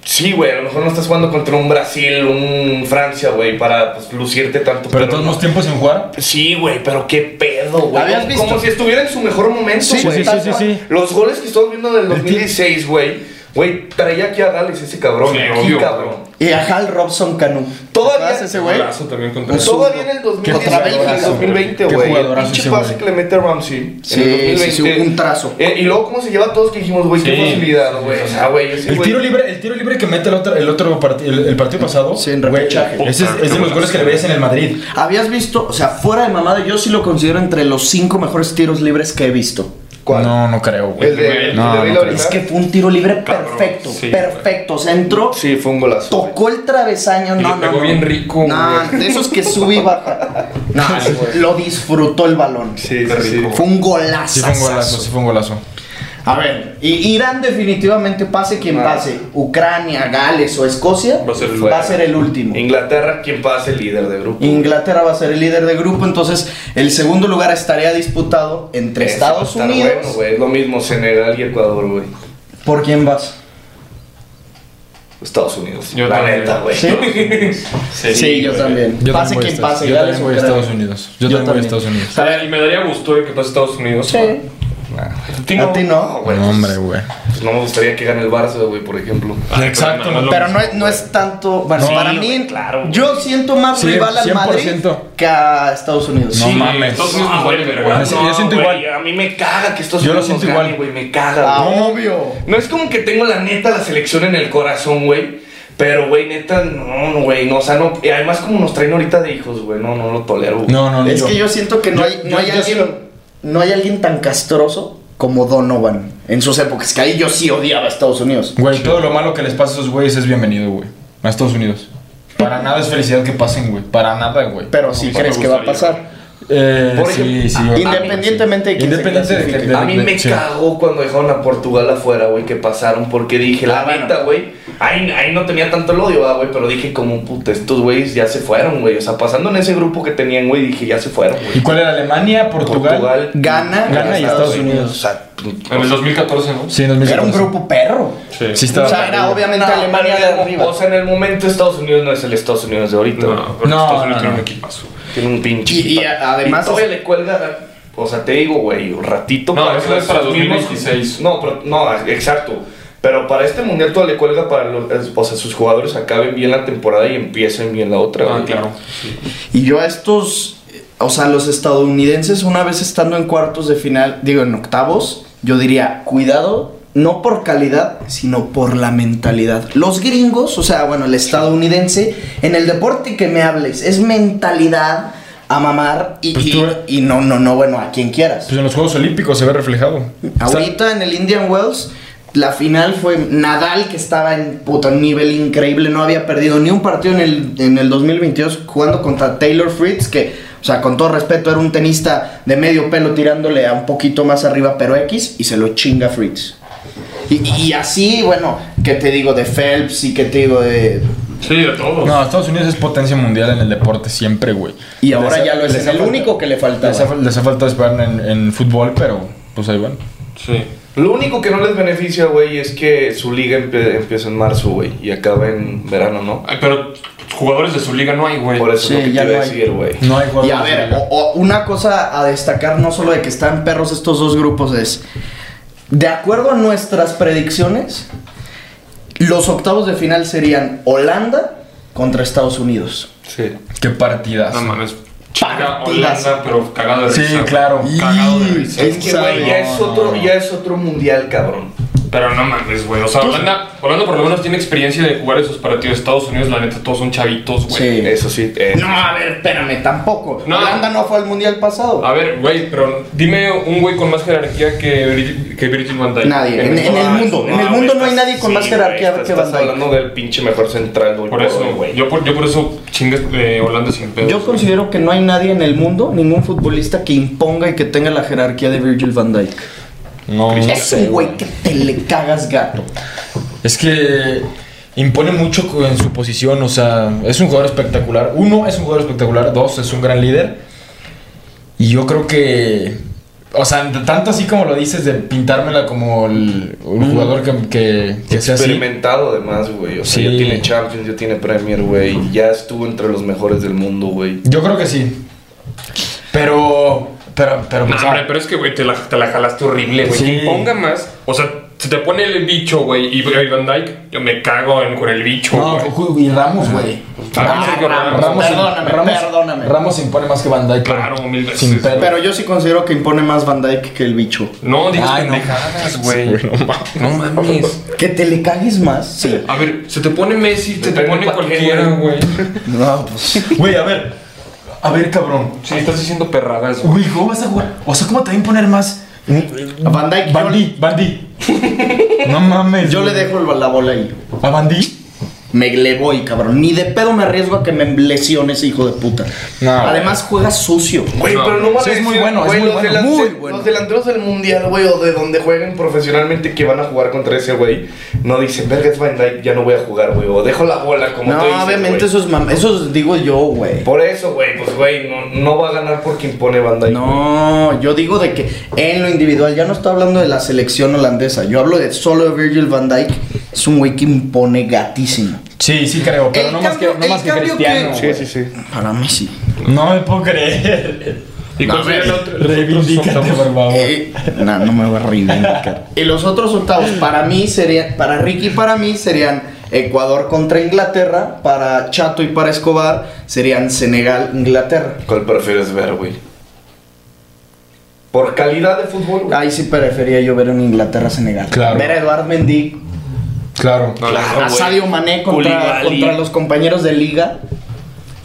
sí, güey, a lo mejor no estás jugando contra un Brasil, un Francia, güey, para pues, lucirte tanto.
Pero todos los tiempos sin jugar.
Sí, güey, pero qué pedo, güey.
¿Habías
Como-
visto?
Como si estuviera en su mejor momento,
Sí,
güey.
sí, sí,
Tal
sí,
cual.
sí.
Los goles que estamos viendo del 2016, güey. Güey, traía aquí a Gales ese cabrón.
Sí,
aquí,
obvio,
cabrón.
Y a Hal Robson Canu.
Todavía-
¿Te acuerdas ese güey?
Golazo también contra
Un zurdo.
Todavía Pues en el 2019,
Contra Bélgica,
en el 2020,
qué
güey. El
jugadorazo
pinche
ese
pase
güey.
que le mete a Ramsey.
Sí,
en el
sí, sí,
2020.
un trazo.
Eh, y luego, ¿cómo se lleva a todos que dijimos, güey? Qué
Sí.
facilidad, güey. O sea, güey. ese
El
güey-
tiro, libre, el tiro libre que mete el otro, el otro parti- el, el partido pasado.
Sí, en
güey,
repechaje.
Ese es, es de los goles que le veías en el Madrid.
¿Habías visto? O sea, fuera de mamada, yo sí lo considero entre los cinco mejores tiros libres que he visto.
¿Cuál?
No, no creo, güey.
El de,
No,
el de Bale
no creo.
ahorita.
Es que fue un tiro libre
Cabrón,
perfecto,
sí,
perfecto. O sea, entró,
Sí, fue un golazo. güey.
tocó el travesaño,
Y
no,
le
no.
pegó
no.
bien rico,
No,
güey.
de esos que sube y baja. No, lo disfrutó el balón.
Sí,
Qué
sí, sí.
rico.
Fue un golazo.
Sí fue un golazo, sí fue un golazo.
A ver, y Irán definitivamente pase quien
Ah.
pase, Ucrania, Gales o Escocia,
Va a ser el-
el último.
Inglaterra, ¿quién pasa el líder de grupo?
Inglaterra va a ser el líder de grupo, entonces el segundo lugar estaría disputado entre
Ese va a
Estados
estar
Unidos.
bueno, güey. Es lo mismo Senegal y Ecuador, güey.
¿Por quién vas?
Estados Unidos.
Yo
la
también.
neta, güey. *laughs* Pues
Sí. Sí, yo
güey.
también.
Yo
pase
también voy a
quien
Estados-
pase,
yo
Gales
también
o
voy a
Ucrania.
Estados Unidos. Yo también voy a Estados Unidos.
A
Y
ver,
me daría gusto eh, que pase Estados Unidos.
sí.
¿A
A ti no.
No, güey.
No, hombre, güey.
Pues no me gustaría que gane el Barça, güey, por ejemplo.
Exacto, Ah, no.
Pero no es, no es tanto. Bueno,
No,
para
sí,
mí,
güey, claro, güey.
yo siento más
Cien-
rival al Madrid
100%.
que a Estados Unidos.
No
Sí.
mames.
Estados Unidos
No,
nos vale
güey,
verga.
Yo
Ah, no,
siento
güey,
igual.
A mí me caga que estos
Yo lo
Unidos
siento
nos
igual.
ganen, güey, me caga.
Ah,
güey.
obvio.
No es como que tengo la neta la selección en el corazón, güey. Pero, güey, neta, no, no, güey. No, o sea, no. y además, como nos traen ahorita de hijos, güey. No, no lo tolero. güey.
No, no, no.
Es que yo siento que no
Yo-
hay, no
yo-
hay
yo
alguien.
sí lo-
No hay alguien tan castroso como Donovan en sus épocas. Que ahí yo sí odiaba a Estados Unidos.
Güey, todo lo malo que les pasa a esos güeyes es bienvenido, güey. A Estados Unidos. Para nada es felicidad que pasen, güey. Para nada, güey.
Pero sí
No,
crees
me
que va a
gustaría.
pasar.
Eh,
Por
sí,
ejemplo,
sí,
a-
yo-
Independientemente de quién se
Independiente de-
clasifique.
de-
A mí me
sí.
cagó cuando dejaron a Portugal afuera, güey, que pasaron, porque dije, la
Ah, bueno.
neta, güey, ahí, ahí no tenía tanto el odio, ah, güey, pero dije, como puta, estos güeyes ya se fueron, güey, o sea, pasando en ese grupo que tenían, güey, dije, ya se fueron,
¿Y
güey.
cuál era Alemania, Portugal?
Gana,
Gana y Estados Unidos.
O sea,
En el 2014, ¿no?
Sí, en 2014.
Era un grupo perro.
Sí.
Sí,
O
estaba.
sea, era obviamente
no,
Alemania de
no,
arriba.
O sea, en el momento Estados Unidos no es el Estados Unidos de ahorita, güey.
No, pero
No,
Estados
no,
Unidos tiene un
no.
equipazo.
Tiene un pinche.
Y- y
equipazo.
además-
Y todavía le cuelga. O sea, te digo, güey, un ratito.
No,
que
eso es para
los mismos-
2026.
No, pero, no, exacto. Pero para este mundial todavía le cuelga para los, o sea, sus jugadores acaben bien la temporada y empiecen bien la otra.
Ah,
güey.
claro.
Y yo a estos, eh, o sea, los estadounidenses, una vez estando en cuartos de final, digo, en octavos, yo diría, cuidado, no por calidad, sino por la mentalidad. Los gringos, o sea, bueno, el estadounidense, en el deporte que me hables, es mentalidad a mamar y,
Pues
y-
tú-
y no, no, no, bueno, a quien quieras.
Pues en los Juegos Olímpicos se ve reflejado. Está-
Ahorita en el Indian Wells, la final fue Nadal, que estaba en puta un nivel increíble, no había perdido ni un partido en el, en el 2022 jugando contra Taylor Fritz, que, o sea, con todo respeto, era un tenista de medio pelo tirándole a un poquito más arriba, pero X, y se lo chinga Fritz. Y, y así, bueno, ¿qué te digo de Phelps y qué te digo de...
Sí, de todos.
No, Estados Unidos es potencia mundial en el deporte siempre, güey.
Y ahora
Les ha-
ya lo es,
les
es
ha
el
falta-
único que le faltaba.
Les ha, les ha faltado esperar en, en fútbol, pero pues ahí van.
Sí.
Lo único que no les beneficia, güey, es que su liga empie- empieza en marzo, güey, y acaba en verano, ¿no?
Ay, pero jugadores de su liga no hay, güey.
Por eso
Sí,
es lo que
ya
te iba
no
a
hay.
decir, güey.
No hay jugadores.
Y a ver, o- o una cosa a destacar no solo de que están perros estos dos grupos es, de acuerdo a nuestras predicciones, los octavos de final serían Holanda contra Estados Unidos.
Sí.
Qué partidas.
No mames. Chica
Partidas.
Holanda, pero cagado de
Sí,
risa. güey.
claro.
Cagado de risa.
Es que, güey, ya, es
No,
otro-
no, no.
ya es otro mundial, cabrón.
Pero no mames, güey. O sea, Holanda, Holanda por lo menos tiene experiencia de jugar esos partidos. Estados Unidos, la neta, todos son chavitos, güey.
Sí.
Eso sí. eh,
No, a ver, espérame, tampoco.
No.
Holanda no fue al mundial pasado.
A ver, güey, pero dime un güey con más jerarquía que, Virg- que Virgil van Dijk.
Nadie. En- en el
esto-
mundo, en el
Ah, güey,
mundo no hay
estás-
nadie con más
sí,
jerarquía
güey,
que Van
estás
Dijk.
hablando del pinche mejor central del
Por eso, güey. Yo por, yo por eso chingas eh, Holanda sin pedo.
Yo considero que no hay nadie en el mundo, ningún futbolista que imponga y que tenga la jerarquía de Virgil van Dijk.
No, no
Es
sé,
un güey que te le cagas gato.
Es que impone mucho co- en su posición, o sea, es un jugador espectacular. Uno, es un jugador espectacular. Dos, es un gran líder. Y yo creo que, o sea, t- tanto así como lo dices de pintármela como el, un jugador que, que, que sea así.
Experimentado además, güey. O sea,
Sí.
ya tiene Champions, ya tiene Premier, güey. Ya estuvo entre los mejores del mundo, güey.
Yo creo que sí. Pero, pero, pero,
No,
pues,
hombre,
ah,
pero es que, güey, te la, te la jalaste horrible, güey.
Sí.
Quien ponga más. O sea, se te pone el bicho, güey, y y Van Dyke, yo me cago en- con el bicho,
no,
güey.
ju- y Ramos, güey.
Ah, Sergio Ramos.
Ramos,
Perdóname,
Ramos,
perdóname.
Ramos impone más que Van Dijk.
Claro, mil veces.
Sin pedo.
Pero yo sí considero que impone más Van Dyke que el bicho.
No, digas
Ay, no.
pendejadas, güey.
Sí, güey, no mames.
No mames.
Que te le cagues más. Sí.
A ver, se te pone Messi, se te
Depende
pone
pa' qué,
cualquiera, güey.
No, pues.
Güey, a ver. A ver, cabrón.
Sí, estás diciendo perradas,
Uy,
güey.
¿cómo vas a jugar? O sea, ¿cómo te van a imponer más?
A Van Dijk,
Bandí, Bandí. *laughs* No mames.
Yo le
güey.
dejo el- la bola ahí.
¿A Bandí?
Me le voy, cabrón. Ni de pedo me arriesgo a que me lesione ese hijo de puta.
No.
Además, juega sucio.
Güey,
No,
pero no
sí,
mames.
es muy bueno, es
güey,
muy
los
bueno,
delante-
muy bueno.
Los delanteros del mundial, güey, o de donde jueguen profesionalmente que van a jugar contra ese güey, no dicen, verga, es Van Dijk, ya no voy a jugar, güey. O dejo la bola, como
No,
tú dices,
obviamente
güey.
eso es mam- Eso es- digo yo, güey.
Por eso, güey, pues, güey, no, no va a ganar porque impone Van Dijk. güey.
No, yo digo de que en lo individual, ya no estoy hablando de la selección holandesa, yo hablo de solo de Virgil van Dijk, es un güey que impone gatísimo.
Sí, sí creo, pero
El
no más que,
cambio-
no
el
más que
cambio
Cristiano.
que-
güey.
sí.
Para mí sí.
No me puedo creer.
¿Y cuál sería el otro?
Reivindícate, por favor.
Eh, no, no me voy a reivindicar. Y los otros octavos para mí serían, para Ricky y para mí serían Ecuador contra Inglaterra, para Chato y para Escobar serían Senegal, Inglaterra.
¿Cuál prefieres ver, güey? Por calidad de fútbol, güey.
Ahí sí prefería yo ver en Inglaterra, Senegal.
Claro.
Ver a Eduard Mendy,
Claro.
No, la-
a Sadio Mané contra,
Koulibaly.
contra los compañeros de liga.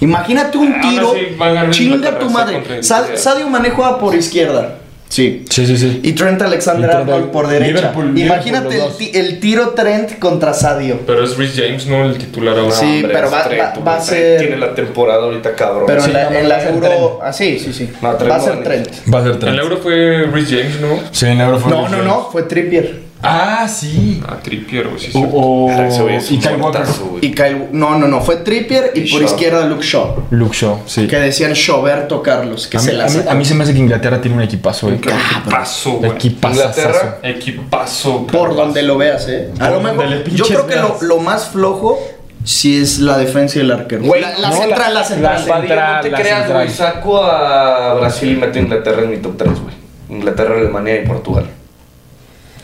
Imagínate un
Ahora
tiro,
sí va a ganar
chinga
Inglaterra,
tu
sí,
madre.
contra
Sa-
Inglaterra.
Sadio Mané juega por izquierda. Sí.
Sí, sí, sí.
Y Trent Alexander Arnold
Liverpool-
por derecha.
Liverpool-
Imagínate
Liverpool, los
el, ti- el tiro Trent contra Sadio.
Pero es Rhys James, no el titular ahora.
Sí, pero va-
Trent,
va-
güey,
va a
Trent
ser-
Tiene la temporada ahorita cabrón.
Pero
Sí,
en la,
no,
en
no,
la
va a ser
Euro. Ah, sí, sí, sí.
No, Trent
Va a
no
ser
va a
Trent.
Va a ser
El
Trent.
euro fue Rhys James, ¿no?
Sí, en euro fue
No,
Rich
no,
James.
no. Fue Trippier.
Ah, sí.
Ah, Trippier, güey, sí, sí.
O, o-
Ah, ese güey es
y
un
Kyle Walker.
muertazo, güey.
Y Kyle. No, no, no. Fue Trippier y,
Y
por
Shaw.
izquierda Luke Shaw.
Luke Shaw, sí.
Que decían Shawberto Carlos. Que
a, mí,
se la
a mí-
sacó.
a mí se me hace que Inglaterra tiene un equipazo, güey.
Equipazo, güey.
Equipazo.
Inglaterra.
Equipazo.
Por donde lo veas, ¿eh? A lo
Por donde
mejor.
le
Yo
pinches
creo que lo,
veas.
lo más flojo sí es la defensa y el arquero.
Güey,
la, la
no,
central,
la-
la central.
la-
Padilla, no te
Central, la
creas,
central.
güey. Saco a Brasil y meto a Inglaterra en mi top 3, güey. Inglaterra, Alemania y Portugal.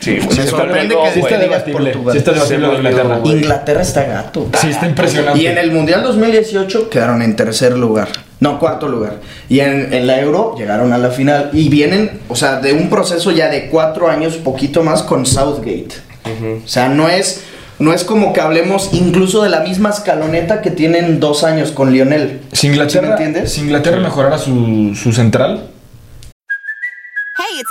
Sí, güey.
Me
Se
sorprende
me
que
olvidó,
Sí
dijiste
güey.
está
digas
debatible.
Portugal.
Sí está debatible
Se
lo
me
de Inglaterra.
olvidó, güey.
Inglaterra está gato.
Sí, está impresionante.
Y en el Mundial 2018 quedaron en tercer lugar. No, cuarto lugar. Y en, en la Euro llegaron a la final. Y vienen, o sea, de un proceso ya de cuatro años, poquito más, con Southgate. O sea, no es, no es como que hablemos incluso de la misma escaloneta que tienen dos años con Lionel.
Si Inglaterra,
¿Sí me entiendes?
si Inglaterra mejorara su, su central,
Hey, it's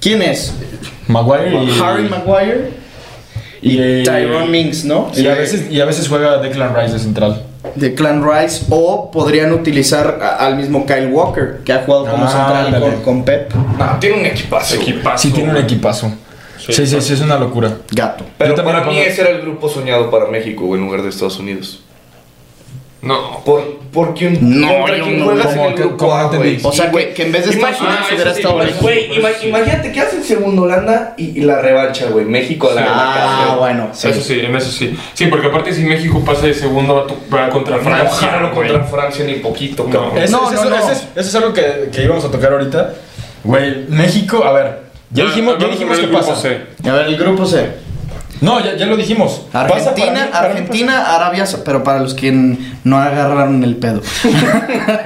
¿Quién es?
Maguire y,
Harry Maguire
y, eh,
Tyrone Mings, ¿no?
y a veces y a veces juega Declan Rice de central.
de Clan Rice o podrían utilizar a- al mismo Kyle Walker que ha jugado como
Ah,
central
ándale.
con, con Pep.
No, tiene un equipazo. güey.
Equipazo.
Sí tiene un
güey.
equipazo. Sí, sí, sí, es una locura.
Gato.
Pero
Yo también
para
lo
mí
pongo-
ese era el grupo soñado para México, güey, en lugar de Estados Unidos.
No.
Por, porque un,
No,
contra
yo
quien
no.
juegas
¿Cómo?
en el
¿Qué-
grupo
cómo
A,
te
güey.
dices?
O sea,
Sí, güey.
que, que en vez de Estados
Imagina-
Unidos
ah,
hubiera
ese sí,
estado
pues,
México.
Güey, ima- imagínate que hace el segundo Holanda y, y la revancha, güey. México a la
Ah,
la casa, güey.
bueno, sí.
Eso sí, en eso sí. Sí, porque aparte si México pasa de segundo va, tu- va contra
No,
Francia.
ojalá
güey. Ah,
contra Francia ni poquito, cabrón.
Eso,
No,
eso-
no, no.
eso es- eso es algo que, que íbamos a tocar ahorita. Güey, México, a ver, ya
Ah,
dijimos, ya
vamos a
dijimos
ver
que
el grupo
pasa.
C.
A ver, el grupo C.
No, ya, ya lo dijimos. Pasa para
Argentina,
mí- para mí
Argentina, Arabia, Sa- pero para los que n- no agarraron el pedo. *laughs*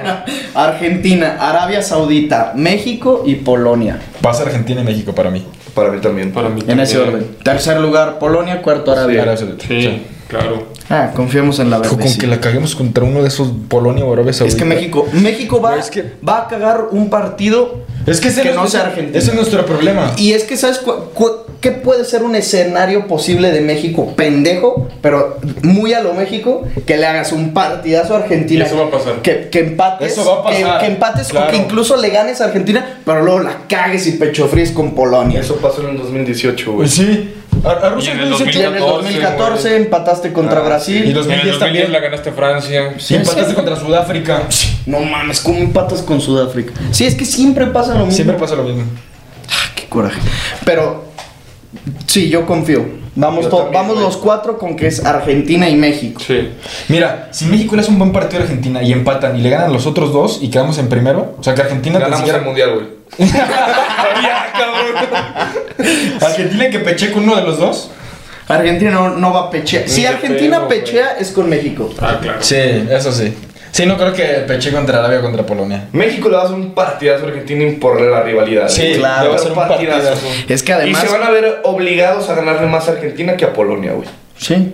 Argentina, Arabia Saudita, México y Polonia.
Pasa Argentina y México para mí.
Para mí también.
Para mí
En ese
también.
orden. Tercer lugar, Polonia, cuarto Arabia.
Arabia Saudita.
Sí,
Sí.
claro.
Ah, confiemos en la
Con
verdad.
que la caguemos contra uno de esos Polonia o Arabia
Es
Saudita.
que México, México va,
Güey, es que-
va a cagar un partido
Es que, ese
que
es-
no sea
ese-
Argentina.
Ese es nuestro problema.
Y es que, ¿sabes cu- cu- qué puede ser un escenario posible de México pendejo, pero muy a lo México, que le hagas un partidazo a Argentina?
Y eso va a pasar.
Que, que empates,
Eso va a pasar,
que, que empates o
claro.
que incluso le ganes a Argentina, pero luego la cagues y pechofríes con Polonia.
Eso pasó en el 2018, güey.
Pues sí. A, a Rusia
Y en el
no dice-
Y en el
2014,
2014 empataste contra Brasil.
Y los-
En el
2010
2010
también.
la ganaste a Francia.
Sí, empataste contra Sudáfrica.
No mames, ¿cómo empatas con Sudáfrica? Sí, es que siempre pasa lo mismo.
Siempre pasa lo mismo.
Ah, qué coraje. Pero sí, yo confío. Vamos,
Yo
to-
también,
vamos
güey.
los cuatro con que es Argentina y México.
Sí.
Mira, si México le hace un buen partido a Argentina y empatan y le ganan los otros dos y quedamos en primero, o sea que Argentina tan
Ganamos
*laughs*
el
siquiera,
mundial, güey. Ya, cabrón.
*laughs* Argentina que peche con uno de los dos.
Argentina no, no va a pechear. Si
de
Argentina
pedo, güey.
pechea es con México.
Ah, claro.
Sí, eso sí. Sí, no creo que peche contra Arabia o contra Polonia.
México le va a hacer un partidazo a Argentina y por la rivalidad.
Sí,
güey.
claro.
Le va a hacer
Ser
un
un
partidazo.
partidazo.
Es que
Y
además...
se van a ver obligados a ganarle más a Argentina que a Polonia, güey.
Sí.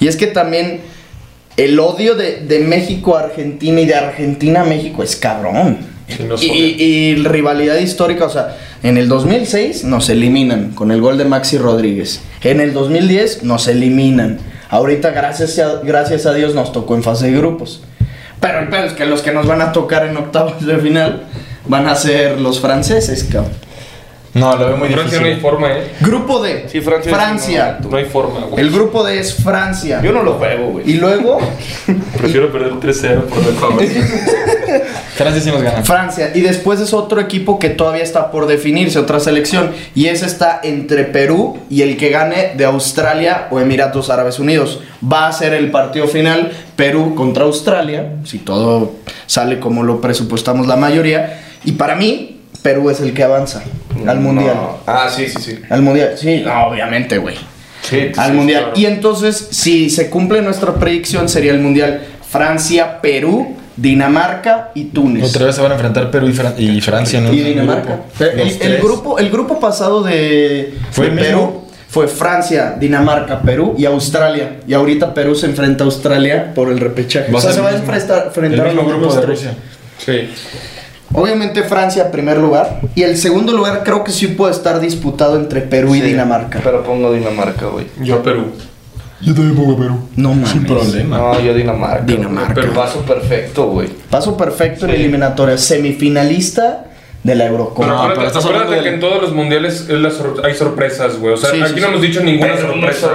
Y es que también el odio de, de México a Argentina y de Argentina a México es cabrón.
Sí, nos
Y, y- y rivalidad histórica, o sea, en el 2006 nos eliminan con el gol de Maxi Rodríguez. En el 2010 nos eliminan. Ahorita, gracias a, gracias a Dios, nos tocó en fase de grupos. Pero el pedo es que los que nos van a tocar en octavos de final van a ser los franceses, cabrón.
No, lo veo muy
Francia
difícil.
no hay forma, ¿eh?
Grupo D.
Sí, Francia.
Francia.
No hay forma, güey.
El grupo D es Francia.
Yo no lo juego, güey.
Y luego
Prefiero perder 3-0 por el
*laughs*
favor.
Francia sí nos gana.
Francia. Y después es otro equipo que todavía está por definirse, otra selección. Y ese está entre Perú y el que gane de Australia o Emiratos Árabes Unidos. Va a ser el partido final Perú contra Australia, si todo sale como lo presupuestamos la mayoría. Y para mí, Perú es el que avanza al mundial.
No. Ah, sí, sí, sí.
Al mundial, sí, no, obviamente, güey.
Sí,
Al
sí,
mundial.
claro.
Y entonces, si se cumple nuestra predicción, sería el mundial Francia, Perú, Dinamarca y Túnez.
Otra vez se van a enfrentar Perú y, Fran- y Francia, ¿no?
Y Dinamarca. Pero
Los
El, el
tres.
grupo, el grupo pasado de,
Fue
de
el mismo.
Perú fue Francia, Dinamarca, Perú y Australia. Y ahorita Perú se enfrenta a Australia por el repechaje.
Va
o
a
sea,
ser
se
el
va a
mismo.
enfrentar,
El
enfrentar a
mismo
los
grupo de
mismos tres.
Rusia.
Sí.
Obviamente Francia, primer lugar. Y el segundo lugar creo que sí puede estar disputado entre Perú y
Sí,
Dinamarca.
Pero pongo Dinamarca, güey.
Yo a Perú.
Yo también pongo Perú.
No mames.
Sin problema.
No, yo Dinamarca. güey.
Dinamarca.
Pero paso perfecto, güey.
Paso perfecto en eliminatoria. Semifinalista de la Eurocopa.
Pero
No,
acuérdate,
pero estás
acuérdate
hablando
que
del-
en todos los mundiales es la sor- hay sorpresas, güey. O sea,
Sí, sí,
aquí no
sí.
hemos dicho ninguna
Pero no es
sorpresa.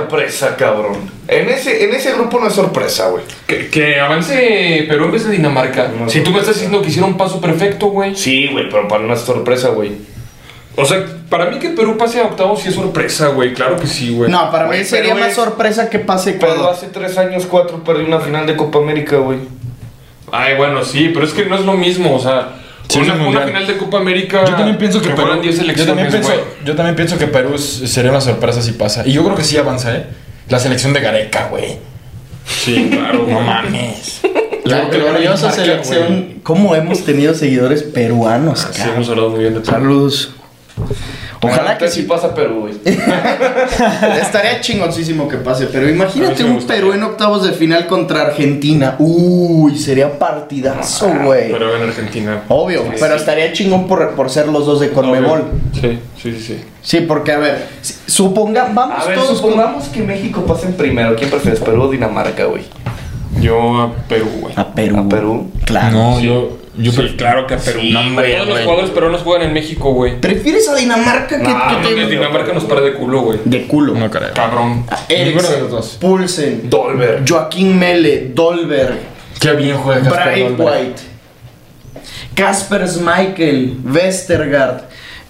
sorpresa, cabrón. En ese, en ese grupo no es sorpresa, güey.
Que, que avance Perú en vez de Dinamarca.
No,
si tú me estás diciendo que hicieron un paso perfecto, güey.
Sí, güey, pero para no es sorpresa, güey.
O sea, para mí que Perú pase a octavos sí es sorpresa, güey. Claro que sí, güey.
No, para
Güey,
mí sería
pero
más
es-
sorpresa que pase
Pero
Ecuador.
hace tres años, cuatro, perdí una final de Copa América, güey.
Ay, bueno, sí, pero es que no es lo mismo, o sea.
Sí,
una,
es
una
un mundial.
final de Copa América.
Yo también pienso que,
Ah, que
Perú.
fueran 10
yo, también
selecciones,
pienso,
güey.
yo también pienso que Perú s- sería una sorpresa si pasa. Y yo creo que sí avanza, ¿eh? La selección de Gareca, güey.
Sí, claro,
No
güey.
mames.
La gloriosa selección. ¿Cómo hemos tenido seguidores peruanos,
Sí,
cabrón?
hemos hablado muy bien de Perú.
Saludos. Ojalá que
Antes sí
sí.
pasa Perú, güey.
Eh. Estaría chingoncísimo que pase, pero imagínate
A mí sí me
un
gustaría.
Perú en octavos de final contra Argentina. Uy, sería partidazo, güey.
Pero en Argentina.
Obvio, pero estaría chingón por, por ser los dos de Conmebol.
Sí, sí, sí, sí.
Sí, porque a ver, si- suponga, vamos
A ver,
todos con-
Pues supongamos que México pase en primero. ¿Quién prefieres, Perú o Dinamarca, güey?
Yo a Perú, güey.
a Perú.
a Perú.
Claro.
No, yo. yo
Sí,
pre-
claro que a Perú.
Sí, hombre,
Todos los
güey.
jugadores peruanos juegan en México, güey. Ah,
¿Prefieres a Dinamarca que,
Nah,
que
No,
te-
mames, Dinamarca nos para de culo, güey.
de culo?
No creo.
Cabrón.
Ninguno de
Eriksen,
los dos.
Pulsen,
Dolberg.
Joaquín Mele, Dolberg,
Qué bien juega Casper
Bright
Dolberg.
White, Kasper Schmeichel, Westergaard,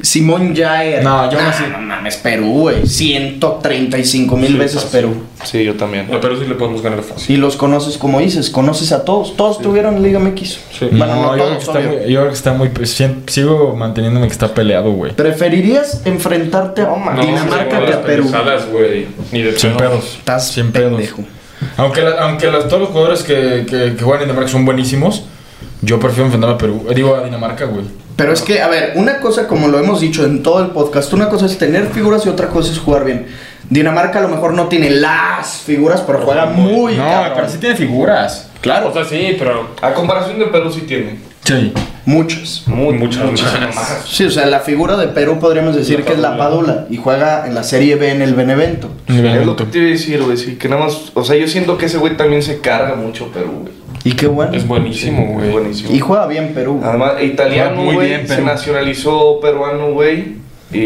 Simón Jair.
No, yo aún así-
No mames, Perú, güey. 135 mil
Sí,
veces
fácil.
Perú.
Sí, yo también.
A Perú sí le podemos ganar fácil.
Y los conoces como dices, conoces a todos. Todos tuvieron Liga MX.
Sí.
No,
Bueno, no
yo, creo que
todos,
está
obvio.
muy, yo creo que está muy. pues, sien- Sigo manteniéndome que está peleado, güey.
¿Preferirías enfrentarte a
No, man.
Dinamarca
no,
que a Perú?
pensadas, güey. Ni de
Sin
pedo.
pedos.
Estás
Sin pedos.
pendejo.
Aunque, la- aunque las- todos los jugadores que, que, que juegan en Dinamarca son buenísimos, yo prefiero enfrentarme a Perú. eh, Digo, a Dinamarca, güey.
Pero es que, a ver, una cosa, como lo hemos dicho en todo el podcast, una cosa es tener figuras y otra cosa es jugar bien. Dinamarca a lo mejor no tiene las figuras, pero juega muy
no,
cabrón.
pero sí tiene figuras.
Claro,
O sea, sí, pero.
A comparación de Perú sí tiene.
Sí.
muchas.
muchas,
muchísimas más.
Sí, o sea, la figura de Perú podríamos decir que es la Padula y juega en la Serie B en el Benevento.
Es lo que te iba a decir, güey, sí, que nada más, o sea, yo siento que ese güey también se carga mucho Perú, güey.
Y qué bueno.
Es buenísimo,
Es
güey.
buenísimo.
Y juega bien Perú.
Además, italiano,
Muy
güey,
bien,
se
Perú.
nacionalizó peruano, güey, y,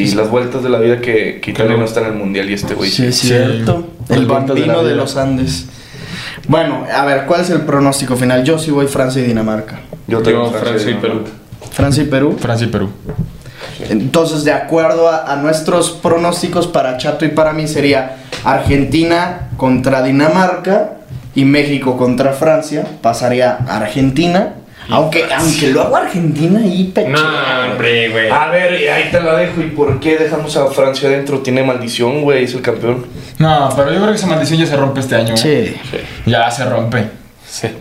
y las vueltas de la vida que, que Italia no está en el mundial y este güey.
Sí, es
Sí.
cierto.
El
El bambino
Bambino de la
de
vida.
los Andes. Bueno, a ver, ¿cuál es el pronóstico final? Yo sí voy Francia y Dinamarca.
Yo tengo
Yo, Francia y Perú.
Francia y Perú.
Francia y Perú.
Entonces, de acuerdo a, a nuestros pronósticos para Chato y para mí sería Argentina contra Dinamarca y México contra Francia. Pasaría a Argentina. Aunque, aunque lo hago Argentina y pecho.
No, hombre, güey.
A ver, y ahí te la dejo. ¿Y por qué dejamos a Francia adentro? Tiene maldición, güey, es el campeón.
No, pero yo creo que esa maldición ya se rompe este año. ¿eh?
Che.
Ya se rompe.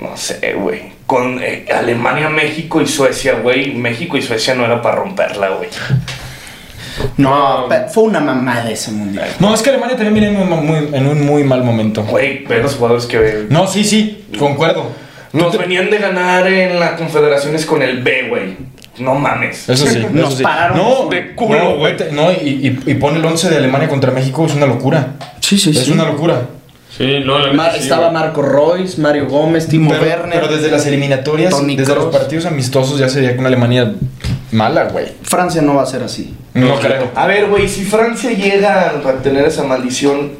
No sé, güey. Con eh, Alemania, México y Suecia, güey. México y Suecia no era para romperla, güey.
No, pe- fue una mamada ese mundial.
No, es que Alemania también viene en un ma- muy, en un muy mal momento.
Güey, ve los jugadores que ven.
No, sí, sí, concuerdo.
Nos venían de ganar en las confederaciones con el B, güey. No mames.
Eso
*laughs*
sí.
Nos
eso sí.
pararon
no,
de culo,
no,
güey.
vete, No, y, y, y pone el 11 de Alemania contra México, es una locura.
Sí, sí,
Es una locura.
Sí, no, la neta sí,
estaba
güey.
Marco Royce, Mario Gómez, Timo
Pero,
Werner.
pero desde las eliminatorias,
Toni
desde
Kroos.
los partidos amistosos, ya sería con Alemania mala, güey.
Francia no va a ser así.
No creo.
A ver, güey, si Francia llega a tener esa maldición,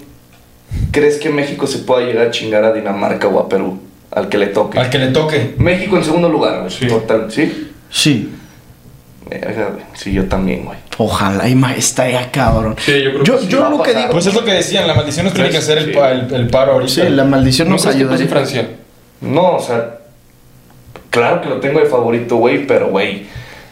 ¿crees que México se pueda llegar a chingar a Dinamarca o a Perú? Al que le toque.
Al que le toque.
México en segundo lugar, güey.
Sí.
Total, ¿sí?
Sí.
Verga, güey. Sí, yo también, güey.
Ojalá, y ma- estaría cabrón.
Sí, yo creo
yo,
que sí.
yo
Va a
lo que
pasar.
digo.
Pues es lo que decían, la maldición nos tiene que hacer el, pa- el, el paro ahorita.
sí, la maldición
¿No
nos
crees que pase
ayudaría.
Francia?
No, o sea, claro que lo tengo de favorito, güey, pero, güey,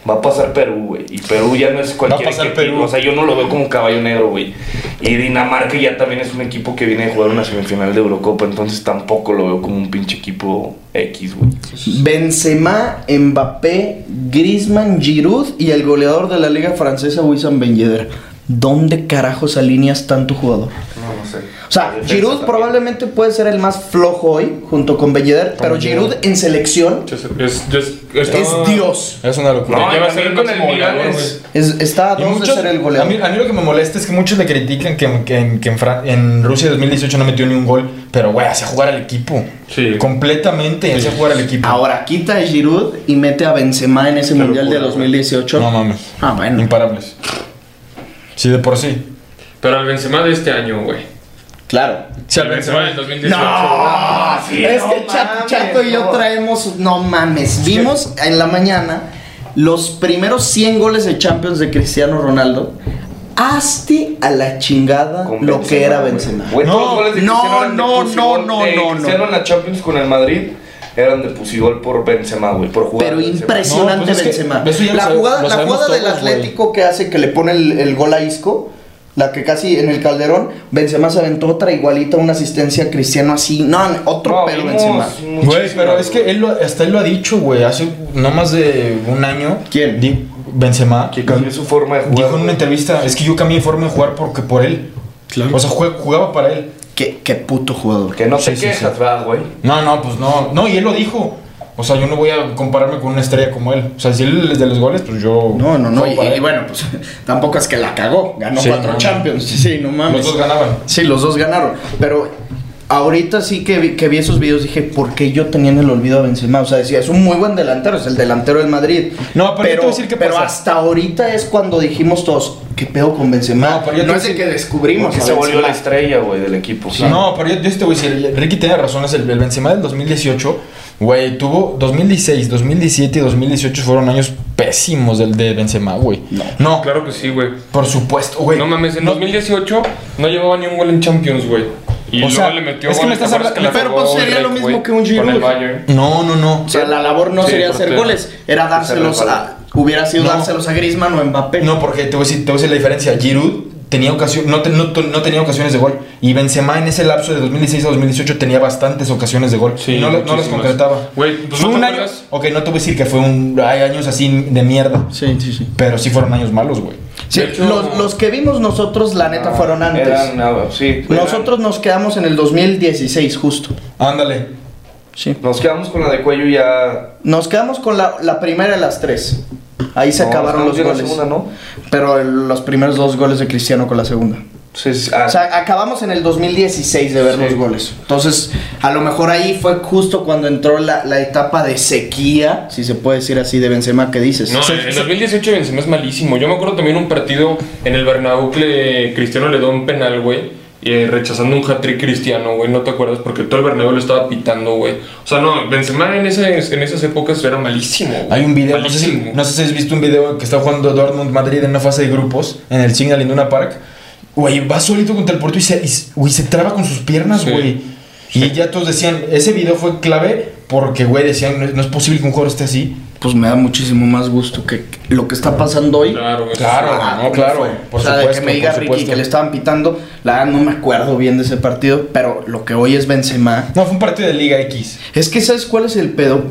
Va a pasar Perú, güey. Y Perú ya no es cualquier
pasar
equipo.
Perú.
O sea, yo no lo veo como caballo negro, güey. Y Dinamarca ya también es un equipo que viene de jugar una semifinal de Eurocopa. Entonces tampoco lo veo como un pinche equipo X, güey.
Benzema, Mbappé, Griezmann, Giroud y el goleador de la liga francesa Wissam Ben Yedder. ¿Dónde carajos alineas tanto jugador?
No, no sé.
O sea, Giroud probablemente puede ser el más flojo hoy junto con Ben Yedder, pero Giroud en selección
Es, es- está-
es Dios.
Es una locura.
No,
Ya
y
va a ser
también
el
con el
máximo
Milan
goleador,
es-
Es- está a
Y
dos
muchos-
de ser el
a, mí,
goleador.
a mí lo que me molesta es que muchos le critican que, que en, que en Fran- en Rusia 2018 no metió ni un gol, pero güey, hacía jugar al equipo.
Sí.
Completamente hacía jugar al equipo.
Ahora quita a Giroud y mete a Benzema en ese
Qué
mundial de
locura,
2018.
No mames.
Ah, bueno.
Imparables. Sí, de por sí.
Pero al Benzema de este año, güey.
Claro.
Sí,
al Benzema del 2018.
es que Cha- Chato y yo traemos, no mames, vimos en la mañana los primeros 100 goles de Champions de Cristiano Ronaldo. Hazte a la chingada
con
lo que era
güey.
Benzema.
Güey, todos los
No,
goles de
no,
Cristiano eran de
no,
Pusigol.
no, no,
De
no, no.
Cristiano en la Champions con el Madrid eran de Pusigol por Benzema, güey, por jugar.
Pero
a Benzema.
impresionante
No, pues es que
Benzema.
eso ya lo
la
sabe-
jugada,
lo
la
sabemos
jugada del
todos, güey.
Atlético que hace que le pone el, el gol a Isco, la que casi en el Calderón, Benzema se aventó otra igualita, una asistencia a Cristiano así. No, no, otro
No,
pelo
vimos
Benzema.
muchísimo,
Güey, pero es que él lo- hasta él lo ha dicho, güey. Hace no más de un año.
¿Quién?
di- Benzema.
Que cambió su forma de jugar.
Dijo en una entrevista, es que yo cambié mi forma de jugar porque por él. O sea, jue- jugaba para él.
Qué, qué puto jugador.
Que no
Sí,
se
sí,
quejas,
sí.
¿verdad, güey?
No, no, pues no. No, y él lo dijo. O sea, yo no voy a compararme con una estrella como él. O sea, si él es de los goles, pues yo.
No, no, no.
juego
Y,
para
y
él.
bueno, pues *laughs* tampoco es que la cagó. Ganó
Sí,
cuatro
no.
Champions. *laughs* Sí, sí, no mames.
Los dos ganaban.
Sí, los dos ganaron. Pero ahorita sí que vi, que vi esos videos dije, ¿por qué yo tenía en el olvido a Benzema? O sea, decía, es un muy buen delantero, es el delantero del Madrid.
No, pero yo te voy a decir qué
pero
pasa.
hasta ahorita es cuando dijimos todos, ¿qué pedo con Benzema?
No, pero yo te voy
es
a
el que
decir-
descubrimos.
Que
a
se volvió la
Benzema.
estrella, güey, del equipo.
No, pero yo, yo sí te voy a decir, Ricky tiene razón, es el, el Benzema del 2018, güey, tuvo 2016, 2017 y 2018 fueron años pésimos del de Benzema, güey. No,
Claro que sí, güey.
por supuesto, güey.
No mames, en
No,
2018 no llevaba ni un gol en Champions, güey. Y
O
luego
sea,
le metió
es que
gol
me
y
estás
te
hablando-
acuerdas que la
pero
jugó
pues sería lo
Drake,
mismo
güey,
que un
Con el
Giroud.
Bayern.
no, no, no.
O sea, la labor no
Sí,
sería
porque-
hacer goles, era dárselos a... Hubiera sido
No.
dárselos a Griezmann o a Mbappé.
No, porque te voy a decir, te voy a decir la diferencia. Giroud tenía ocasión, no, te- no, no tenía ocasiones de gol. Y Benzema en ese lapso de 2016 a 2018 tenía bastantes ocasiones de gol.
Sí,
y no, la- no las
muchísimas.
concretaba.
Güey, pues,
fue
¿no te
un año.
acuerdas?
Ok, no te voy a decir que fue un. Hay años así de mierda.
Sí, sí, sí.
Pero sí fueron años malos, güey.
Sí,
De hecho-
los, los que vimos nosotros, la neta, fueron antes.
Eran, nada, sí. eran-
nosotros nos quedamos en el 2016, justo.
Ándale.
Sí.
Nos quedamos con la de cuello ya.
Nos quedamos con la, la primera de las tres. Ahí se
No,
acabaron
nos
los
quedamos
goles.
en la segunda, ¿no?
Pero el- los primeros dos goles de Cristiano con la segunda.
Sí, sí, ah,
O sea, acabamos en el 2016 de ver
Sí.
los goles. Entonces, a lo mejor ahí fue justo cuando entró la, la etapa de sequía, si se puede decir así, de Benzema, que dices?
No,
Sí,
en el
sí.
2018 Benzema es malísimo. Yo me acuerdo también un partido en el Bernabéu que le- Cristiano le dio un penal, güey. Y eh, rechazando un hat-trick cristiano, güey, no te acuerdas, porque todo el Bernabéu lo estaba pitando, güey. O sea, no, Benzema en, esas- en esas épocas era malísimo. güey.
Hay un video, no sé, si,
malísimo.
no sé si has visto un video que está jugando Dortmund Madrid en una fase de grupos en el Signal Iduna Park. Güey, va solito contra el Porto y se, y s- güey, se traba con sus piernas,
Sí.
güey. Y ya todos decían, ese video fue clave porque, güey, decían, no es, no es posible que un jugador esté así.
Pues me da muchísimo más gusto que que lo que está pasando hoy.
Claro, güey.
Claro,
Ah,
no,
¿cómo
claro.
fue?
Por
o sea,
supuesto,
de que me diga
por
Ricky
supuesto.
que le estaban pitando, la verdad no me acuerdo bien de ese partido, pero lo que hoy es Benzema.
No, fue un partido de Liga X.
Es que ¿sabes cuál es el pedo?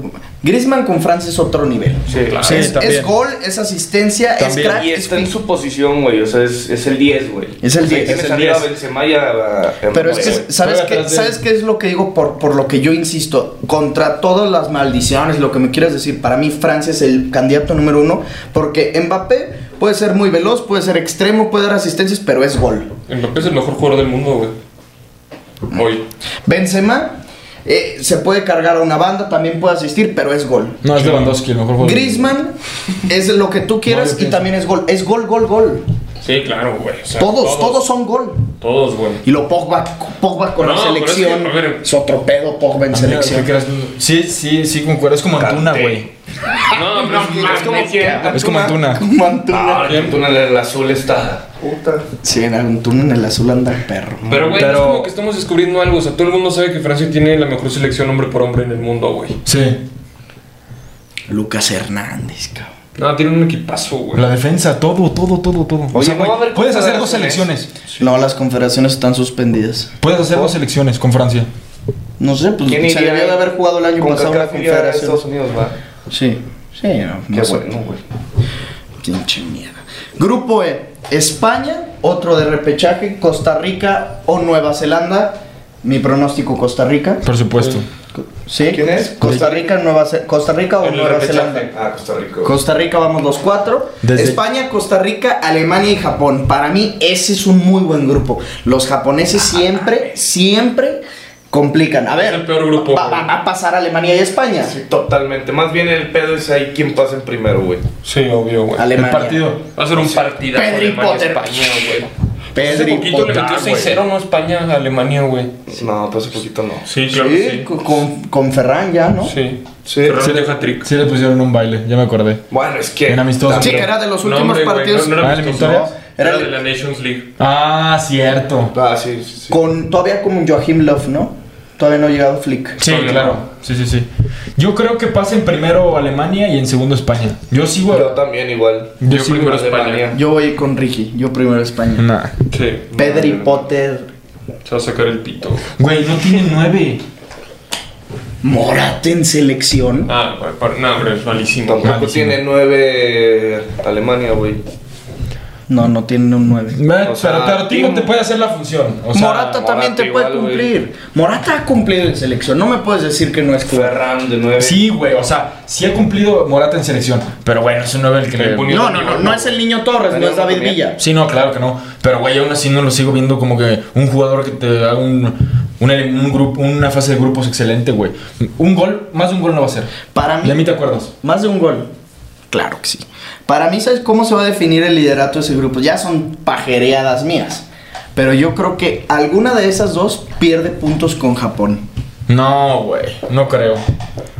Griezmann con Francia es otro nivel.
sí,
O sea, es,
también.
es gol, es asistencia,
También.
es crack,
Y
es
está en
fi-
su posición, güey. O sea, es, es el 10, güey.
Es el
O sea,
10,
tienes
es el
arriba
10.
a Benzema y a- a- a
Pero es
Mbappé,
que,
güey.
¿sabes
Juega
qué,
atrás de
¿sabes
él.
qué es lo que digo? Por, por lo que yo insisto, contra todas las maldiciones, lo que me quieras decir, para mí Francia es el candidato número uno, porque Mbappé puede ser muy veloz, puede ser extremo, puede dar asistencias, pero es gol.
Mbappé es el mejor jugador del mundo, güey. Hoy.
Benzema eh, se puede cargar a una banda, también puede asistir, pero es gol.
No, es Lewandowski, el mejor jugador.
Griezmann es lo que tú
No,
quieras
yo
y
pienso-
también es gol. Es gol, gol, gol.
Sí, claro, güey. o sea,
Todos, todos son gol.
Todos, güey.
Y lo Pogba, Pogba con la
No, pero es que,
selección.
a ver.
Es otro pedo Pogba en
Mira, ¿qué
selección.
crees? Sí, sí, sí, concuerdo. Es como Antuna, güey.
No, pues, no,
Es como que
Es como
*laughs*
Antuna.
Antuna.
Ah, Antuna en el azul está. Puta.
Sí, en Antuna en el azul anda el perro.
Pero, güey,
Pero-
es como que estamos descubriendo algo. O sea, todo el mundo sabe que Francia tiene la mejor selección hombre por hombre en el mundo, güey.
Sí.
Lucas Hernández, cabrón.
No, tiene un equipazo, güey.
La defensa, todo, todo, todo, todo. o
Oye,
sea,
no
güey,
va a haber
puedes hacer dos
confederaciones.
selecciones.
No, las confederaciones están suspendidas.
Puedes hacer dos selecciones con Francia.
No sé, pues
¿Quién
se
iría?
debió de haber jugado el año
Con
pasado la
CACAF iría a
confederación.
Estados Unidos, va.
Sí, sí, no,
Qué
no sé.
bueno, güey.
Pinche mierda. Grupo E, España, otro de repechaje, Costa Rica o Nueva Zelanda. Mi pronóstico Costa Rica.
Por supuesto.
¿Sí?
¿Quién es?
Costa Rica, Nueva Ze- Costa Rica o
En el
Nueva
repechaje.
Zelanda.
Ah, Costa Rica.
Costa Rica vamos los cuatro.
Desde-
España, Costa Rica, Alemania y Japón. Para mí ese es un muy buen grupo. Los japoneses siempre, siempre complican. A ver,
el peor grupo,
va-
güey.
van a pasar Alemania y España.
Sí, totalmente. Más bien el pedo es ahí quién pasa en primero, güey.
Sí, obvio, güey.
Alemania.
El partido.
Va a ser un partido.
Pedri Potter.
España, güey. Hace
Pedri
poquito le
Potter.
metió
güey.
6-0, ¿no? España, a Alemania, güey.
No, pues un poquito no.
Sí, claro
Sí,
que sí.
co- con, con Ferran ya, ¿no?
Sí.
Sí.
Ferran
Sí.
deja trick.
Sí le pusieron un baile, ya me acordé.
Bueno, es que.
En amistoso.
Sí, que era de los
No,
últimos
hombre, güey,
partidos.
no, no era
Ah, ¿la
amistoso,
victoria?
no. Era
Era-
de la Nations League.
Ah, cierto.
Ah, sí, sí, sí.
Con todavía con Joachim Love, ¿no? Todavía no ha llegado Flick.
Sí,
Todavía
claro.
no.
Sí, sí, sí. Yo creo que pasen primero Alemania y en segundo España. Yo sigo.
Yo también igual.
Yo
Yo,
sí,
primero
Alemania.
España.
Yo voy con Ricky, yo primero España.
Nah.
Sí.
Pedri
No, no, no.
Potter.
Se va a sacar el pito. güey.
Güey, no tiene nueve.
Morate en selección.
Ah, güey, para- no, hombre, es malísimo. güey.
Tampoco tiene nueve Alemania, güey.
No, no tiene un 9.
Pero,
sea,
pero Timo
Timo-
te puede hacer la función. O sea,
Morata también te puede
igual, güey.
cumplir. Morata ha cumplido en selección. No me puedes decir que no es clara.
Ferran de nueve.
Sí, güey, o sea, sí ha cumplido Morata en selección, pero bueno, es un 9 el que
Le
le...
pone-
No, no, no, no es el niño Torres, no es David Villa.
Sí, no, claro que no, pero güey, aún así no lo sigo viendo como que un jugador que te haga un, un, un grupo, una fase de grupos excelente, güey. Un gol, más de un gol no va a ser.
Para mí,
¿Y a mí te acuerdas?
más de un gol. Claro que sí. Para mí, ¿sabes cómo se va a definir el liderato de ese grupo? Ya son pajereadas mías. Pero yo creo que alguna de esas dos pierde puntos con Japón.
No, güey, no creo.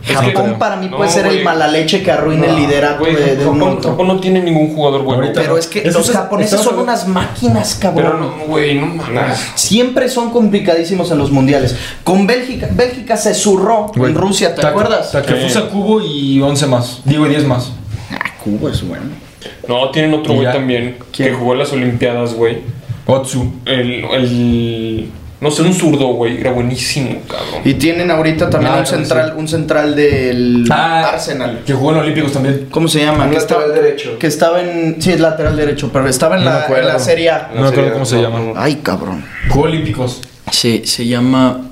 que
Japón
no.
para mí
No,
puede ser el
güey.
mala leche que arruina el liderato
Güey,
de, de un
Japón,
otro.
Japón no tiene ningún jugador bueno.
Ahorita.
Pero es que
Eso
los
es-
japoneses
estamos
son
hablando-
unas máquinas, cabrón.
Pero no, güey, no mames.
Siempre son complicadísimos en los mundiales. Con Bélgica, Bélgica se zurró
Güey,
en Rusia, ¿te
Ta-
acuerdas?
Takefusa Kubo y 11 más, digo y 10 más.
Ah, Cuba es bueno.
No, tienen otro
Y
güey
ya.
también
¿Quién?
que jugó en las Olimpiadas, güey.
Otsu.
El, el. No sé, un zurdo, güey. Era buenísimo, cabrón.
Y tienen ahorita también
Ah,
un
sí.
central, un central del
Ah,
Arsenal.
Ah, Que jugó en Olímpicos también.
¿Cómo se llama?
Un
que
lateral
estaba-
derecho.
Que estaba en. Sí, es lateral derecho, pero estaba en,
No me
la, en
acuerdo.
la Serie A.
No me acuerdo cómo se
No,
llama.
no.
Ay, cabrón.
Jugó Olímpicos.
Sí, se llama.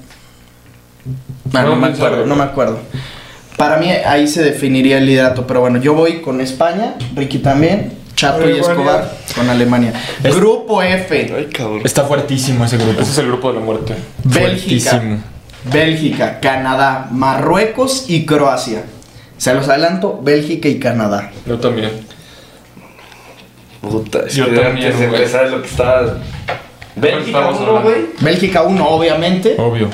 Ah, no,
No,
me
no
acuerdo,
sabe.
no me acuerdo. Para mí ahí se definiría el liderato, pero bueno, yo voy con España, Ricky también, Chato y
Alemania.
Escobar con Alemania.
Es-
Grupo F,
Ay, cabrón.
Está fuertísimo ese grupo.
Ese es el grupo de la muerte.
Bélgica,
Fuertísimo.
Bélgica, Canadá, Marruecos y Croacia. Se los adelanto, Bélgica y Canadá.
Yo también.
Puta, es
Yo
que
también,
antes de
güey.
empezar lo que estaba. Bélgica
estamos
uno, güey.
Bélgica 1, obviamente.
Obvio.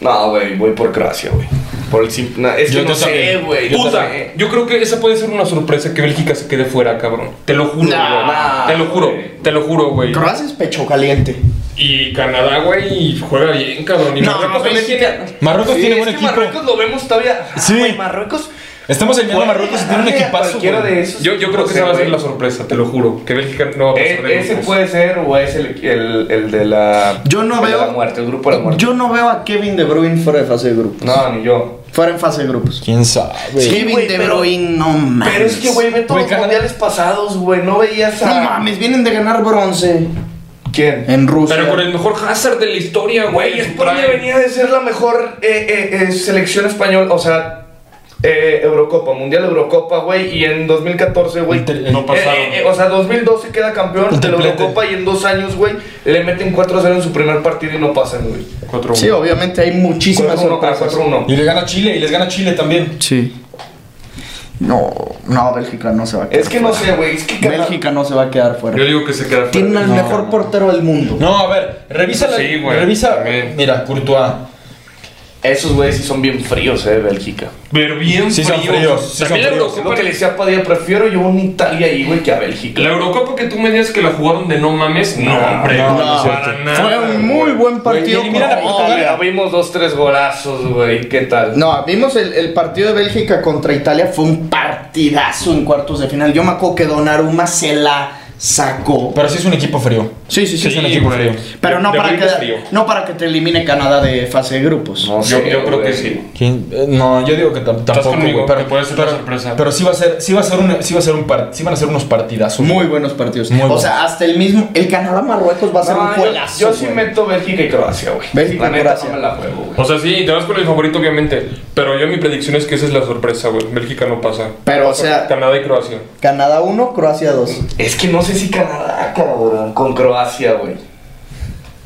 No, güey, voy por Croacia, güey. Por el simple. nah, es que
Yo
no sé,
también.
güey. no
Puta,
sé.
yo creo que esa puede ser una sorpresa que Bélgica se quede fuera, cabrón. Te lo juro,
Nah,
güey.
nah,
te lo juro,
güey.
te lo juro, güey.
Croacia es pecho caliente.
Y Canadá, güey, juega bien, cabrón. Y pues,
No,
Marruecos también
Bélgica-
tiene-
Marruecos
Sí,
tiene
es
buen
que
equipo.
Marruecos lo vemos todavía. Ah,
Sí.
güey, Marruecos.
Estamos eliminando a Marruecos y tiene un
Güey,
equipazo.
Cualquiera
güey.
de esos.
Yo, yo creo
no
que
sé,
esa va a ser
güey.
la sorpresa, te lo juro. Que Bélgica no va a pasar
Eh,
de
ese
grupos.
puede ser o es el, el, el de la.
Yo no
el de
veo-
la muerte, el grupo de la muerte.
Yo no veo a Kevin De Bruyne fuera de fase de grupos.
No, ni yo.
Fuera en fase de grupos.
¿Quién sabe?
Kevin
güey,
De
pero-
Bruyne, no mames.
Pero es que, güey, ve todos
Güey,
los
Canadá-
mundiales pasados, güey. No veías a.
No mames, vienen de ganar bronce
¿Quién?
en Rusia.
Pero con el mejor Hazard de la historia, güey.
Güey,
en su
España
prime.
venía de ser la mejor eh, eh, eh, selección española, o sea, eh, Eurocopa, Mundial Eurocopa, güey, y en 2014, güey,
El tri-
eh,
no
pasaron.
eh, eh, o sea, 2012 queda campeón
El
de la
triplete.
Eurocopa y en dos años, güey, le meten 4-0 en su primer partido y no pasan, güey.
Cuatro,
Sí, obviamente hay muchísimas
4-1 ah,
sorpresas.
4-1.
Y le gana Chile, y les gana Chile también.
Sí. No, no, Bélgica no se va a quedar.
Es que no sé, güey, es que cada-
Bélgica no se va a quedar
Yo
fuera.
digo que se queda fuera.
Tienen al
No,
mejor
no.
portero del mundo.
No, a ver, revisa la.
Sí, güey,
revisa.
también.
Mira, Courtois.
Esos güeyes sí son bien fríos, eh, Bélgica.
Pero bien
Sí son
fríos.
fríos, sí son
También la
fríos.
Es lo
Eurocopa.
que le decía a Padilla, prefiero yo un Italia ahí, güey, que a Bélgica.
La Eurocopa que tú me digas que la jugaron de no mames. No, hombre.
no,
güey,
no es
para
Ah,
cierto.
nada,
Fue un
güey.
muy buen partido.
Güey, y mira
con
la
No,
Italia.
mira, vimos dos, tres golazos, güey, ¿qué tal?
No, vimos el, el partido de Bélgica contra Italia, fue un partidazo en cuartos de final. Yo me acuerdo que Donnarumma se la sacó.
Pero sí es un equipo frío.
Sí, sí, sí.
es un equipo
güey.
frío.
Pero no
De- de
para,
Bélgica es
que,
frío.
no para que te elimine Canadá de fase de grupos.
No
Yo,
sé,
yo creo
güey.
que sí.
¿Quién? Eh, No, yo digo que tam- tampoco,
conmigo,
güey,
que puede ser una sorpresa.
Pero sí va a ser, sí va a ser una, sí va a ser un par- sí van a ser unos partidazos.
Muy buenos partidos.
Muy
o
buenos.
sea, hasta el mismo. El Canadá-Marruecos va a ser
No,
un
yo,
juegazo.
yo sí
güey.
meto Bélgica y Croacia, güey.
Bélgica
La
y
neta,
Croacia.
no me la juego, güey.
O sea, sí, te vas con el favorito, obviamente. Pero yo mi predicción es que esa es la sorpresa, güey. Bélgica no pasa.
Pero, o sea-
Canadá y Croacia.
Canadá 1, Croacia 2.
Es que no sé si Canadá, cabrón, con Croacia, güey.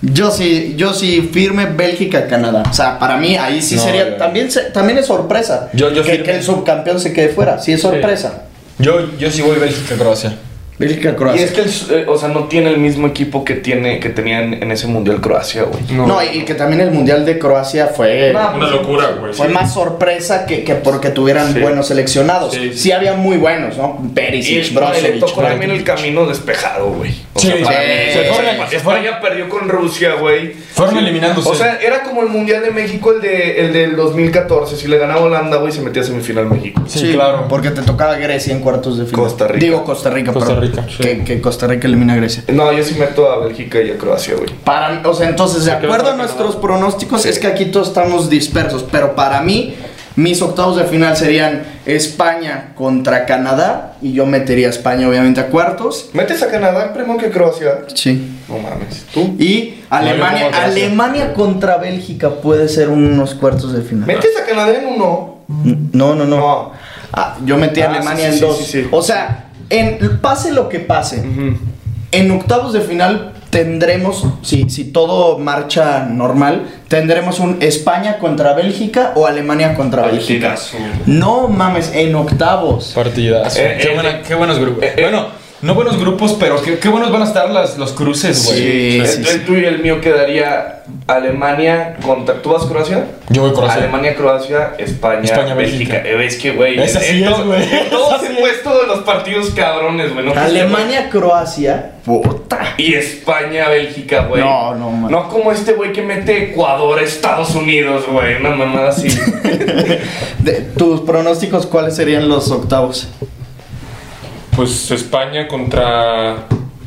Yo sí, yo sí firme Bélgica-Canadá. O sea, para mí ahí sí
No,
sería.
yo-
También, se- también es sorpresa.
Yo- yo
que,
firme.
que el subcampeón se quede fuera. Sí es sorpresa.
Yo, yo sí voy Bélgica-Croacia.
Y
Bélgica-Croacia.
es que, el su- eh, o sea, no tiene el mismo equipo que tiene que tenía en, en ese mundial Croacia, güey. pues,
No, y y que también el Mundial de Croacia fue,
No,
Una locura, güey.
fue más sorpresa que, que porque tuvieran buenos seleccionados.
Sí,
Sí,
sí.
había muy buenos, ¿no? Perisic,
Y no, le
Brozovic.
tocó también
Rakitic.
el camino despejado, güey. O
Sí,
sea,
sí.
para mí,
Se fueron-
España-
se fueron-
España perdió con Rusia, güey.
Fueron eliminándose.
O sea, era como el Mundial de México, el, de, el del 2014. Si le ganaba Holanda, güey, se metía a semifinal México.
sí, claro.
Porque te tocaba Grecia en cuartos de final.
Costa Rica.
Digo Costa Rica,
Costa
perdón,
Rica, sí.
que, que Costa Rica elimina a Grecia.
No, yo sí meto a Bélgica y a Croacia, güey.
Para, o sea, entonces, de
creo
acuerdo a
que no.
nuestros pronósticos, es que aquí todos estamos dispersos. Pero para mí, mis octavos de final serían España contra Canadá. Y yo metería a España, obviamente, a cuartos.
¿Metes a Canadá primero que Croacia?
Sí.
No mames. ¿Tú?
Y Alemania,
No, yo como Croacia.
Alemania contra Bélgica puede ser unos cuartos de final.
¿Metes a Canadá en uno?
No, no, no.
No.
Ah, yo metí a
Ah,
Alemania
sí,
en
sí,
dos.
sí, sí, sí.
O sea, en, pase lo que pase, en octavos de final tendremos, si, si todo marcha normal, tendremos un España contra Bélgica o Alemania contra Bélgica. No mames, en octavos.
Partidas.
Eh,
qué,
eh,
buena- qué buenos grupos.
eh, eh.
bueno, no buenos grupos, pero qué, qué buenos van a estar las, los cruces, güey.
Sí,
el,
sí,
el
sí.
tuyo y el mío quedaría Alemania contra. ¿Tú vas a Croacia?
Yo voy Croacia.
Alemania, Croacia, España,
España,
Bélgica.
Bélgica.
Eh, Es que, güey.
Esa
en-
sí
en
es,
todo-
güey.
en Todos
Esa sí
he
es.
puesto de los partidos cabrones, güey. ¿no?
Alemania, Croacia. Puta.
Y España, Bélgica, güey.
No, no, man.
No como este güey que mete Ecuador, Estados Unidos, güey. Una
*laughs*
mamada así.
De- ¿Tus pronósticos cuáles serían los octavos?
Pues España contra.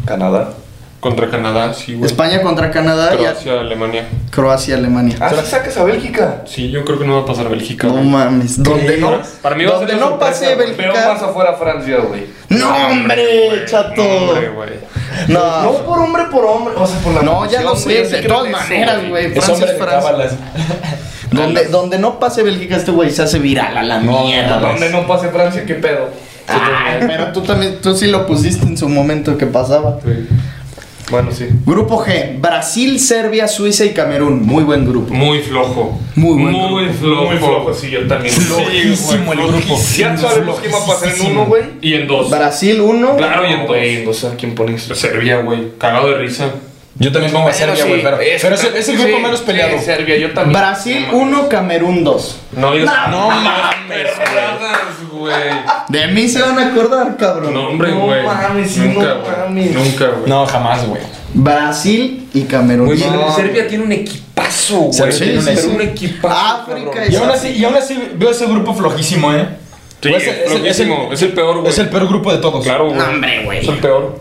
Canadá.
Contra Canadá, sí, güey.
España contra Canadá y a-
Croacia, Alemania.
Croacia, Alemania.
Ah, sí sacas a Bélgica.
Sí, yo creo que no va a pasar Bélgica.
No
güey.
mames, donde
Sí,
no,
para mí va a
donde
ser la
no
sorpresa,
pase
güey.
Pero más
Bélgica.
afuera Francia, güey.
No, hombre, chato.
No, hombre, güey.
No
No,
por hombre, por hombre. O sea, por la.
no, ya lo
nación, güey,
sé,
yo sí
de
creo
todas
en eso,
maneras,
güey.
güey.
Es
Francia
hombre
es
de
Francia.
cábalas.
Donde, donde no pase Bélgica, este güey se hace viral a la
No,
mierda.
no,
Donde no pase Francia, ¿qué pedo?
Ay, pero tú también, tú sí lo pusiste en su momento que pasaba.
Bueno, sí.
Grupo G, Brasil, Serbia, Suiza y Camerún. Muy buen grupo.
Muy flojo.
Muy buen
flojo.
Muy flojo, sí, yo también.
Sí, güey,
Flojísimo el grupo.
flojísimo.
Ya sabemos quién va a pasar en uno, güey.
Y en dos.
Brasil 1,
Claro, y en
No,
dos.
güey, o sea, ¿quién pones?
Serbia, güey. Cagado de risa.
Yo también pongo a Serbia, güey, pero,
es-
pero es, el- es el grupo
sí,
menos peleado.
sí, Serbia, yo también.
Brasil 1, Camerún 2.
No, yo
no mames,
mames, perradas, güey.
De mí se van a acordar, cabrón.
No, hombre,
No
güey.
mames, sí,
Nunca,
no
güey.
mames.
Nunca, güey.
No, jamás, güey.
Brasil y Camerún.
Güey,
No.
pero Serbia tiene un equipazo, güey.
Serbia tiene un
Pero
equipo.
un equipazo.
África
cabrón.
es-
Y aún así, y aún así veo ese grupo flojísimo, ¿eh?
Sí,
Güey,
es flojísimo, es el peor, güey.
Es el peor grupo de todos.
Claro, güey.
No, hombre, güey.
Es el peor.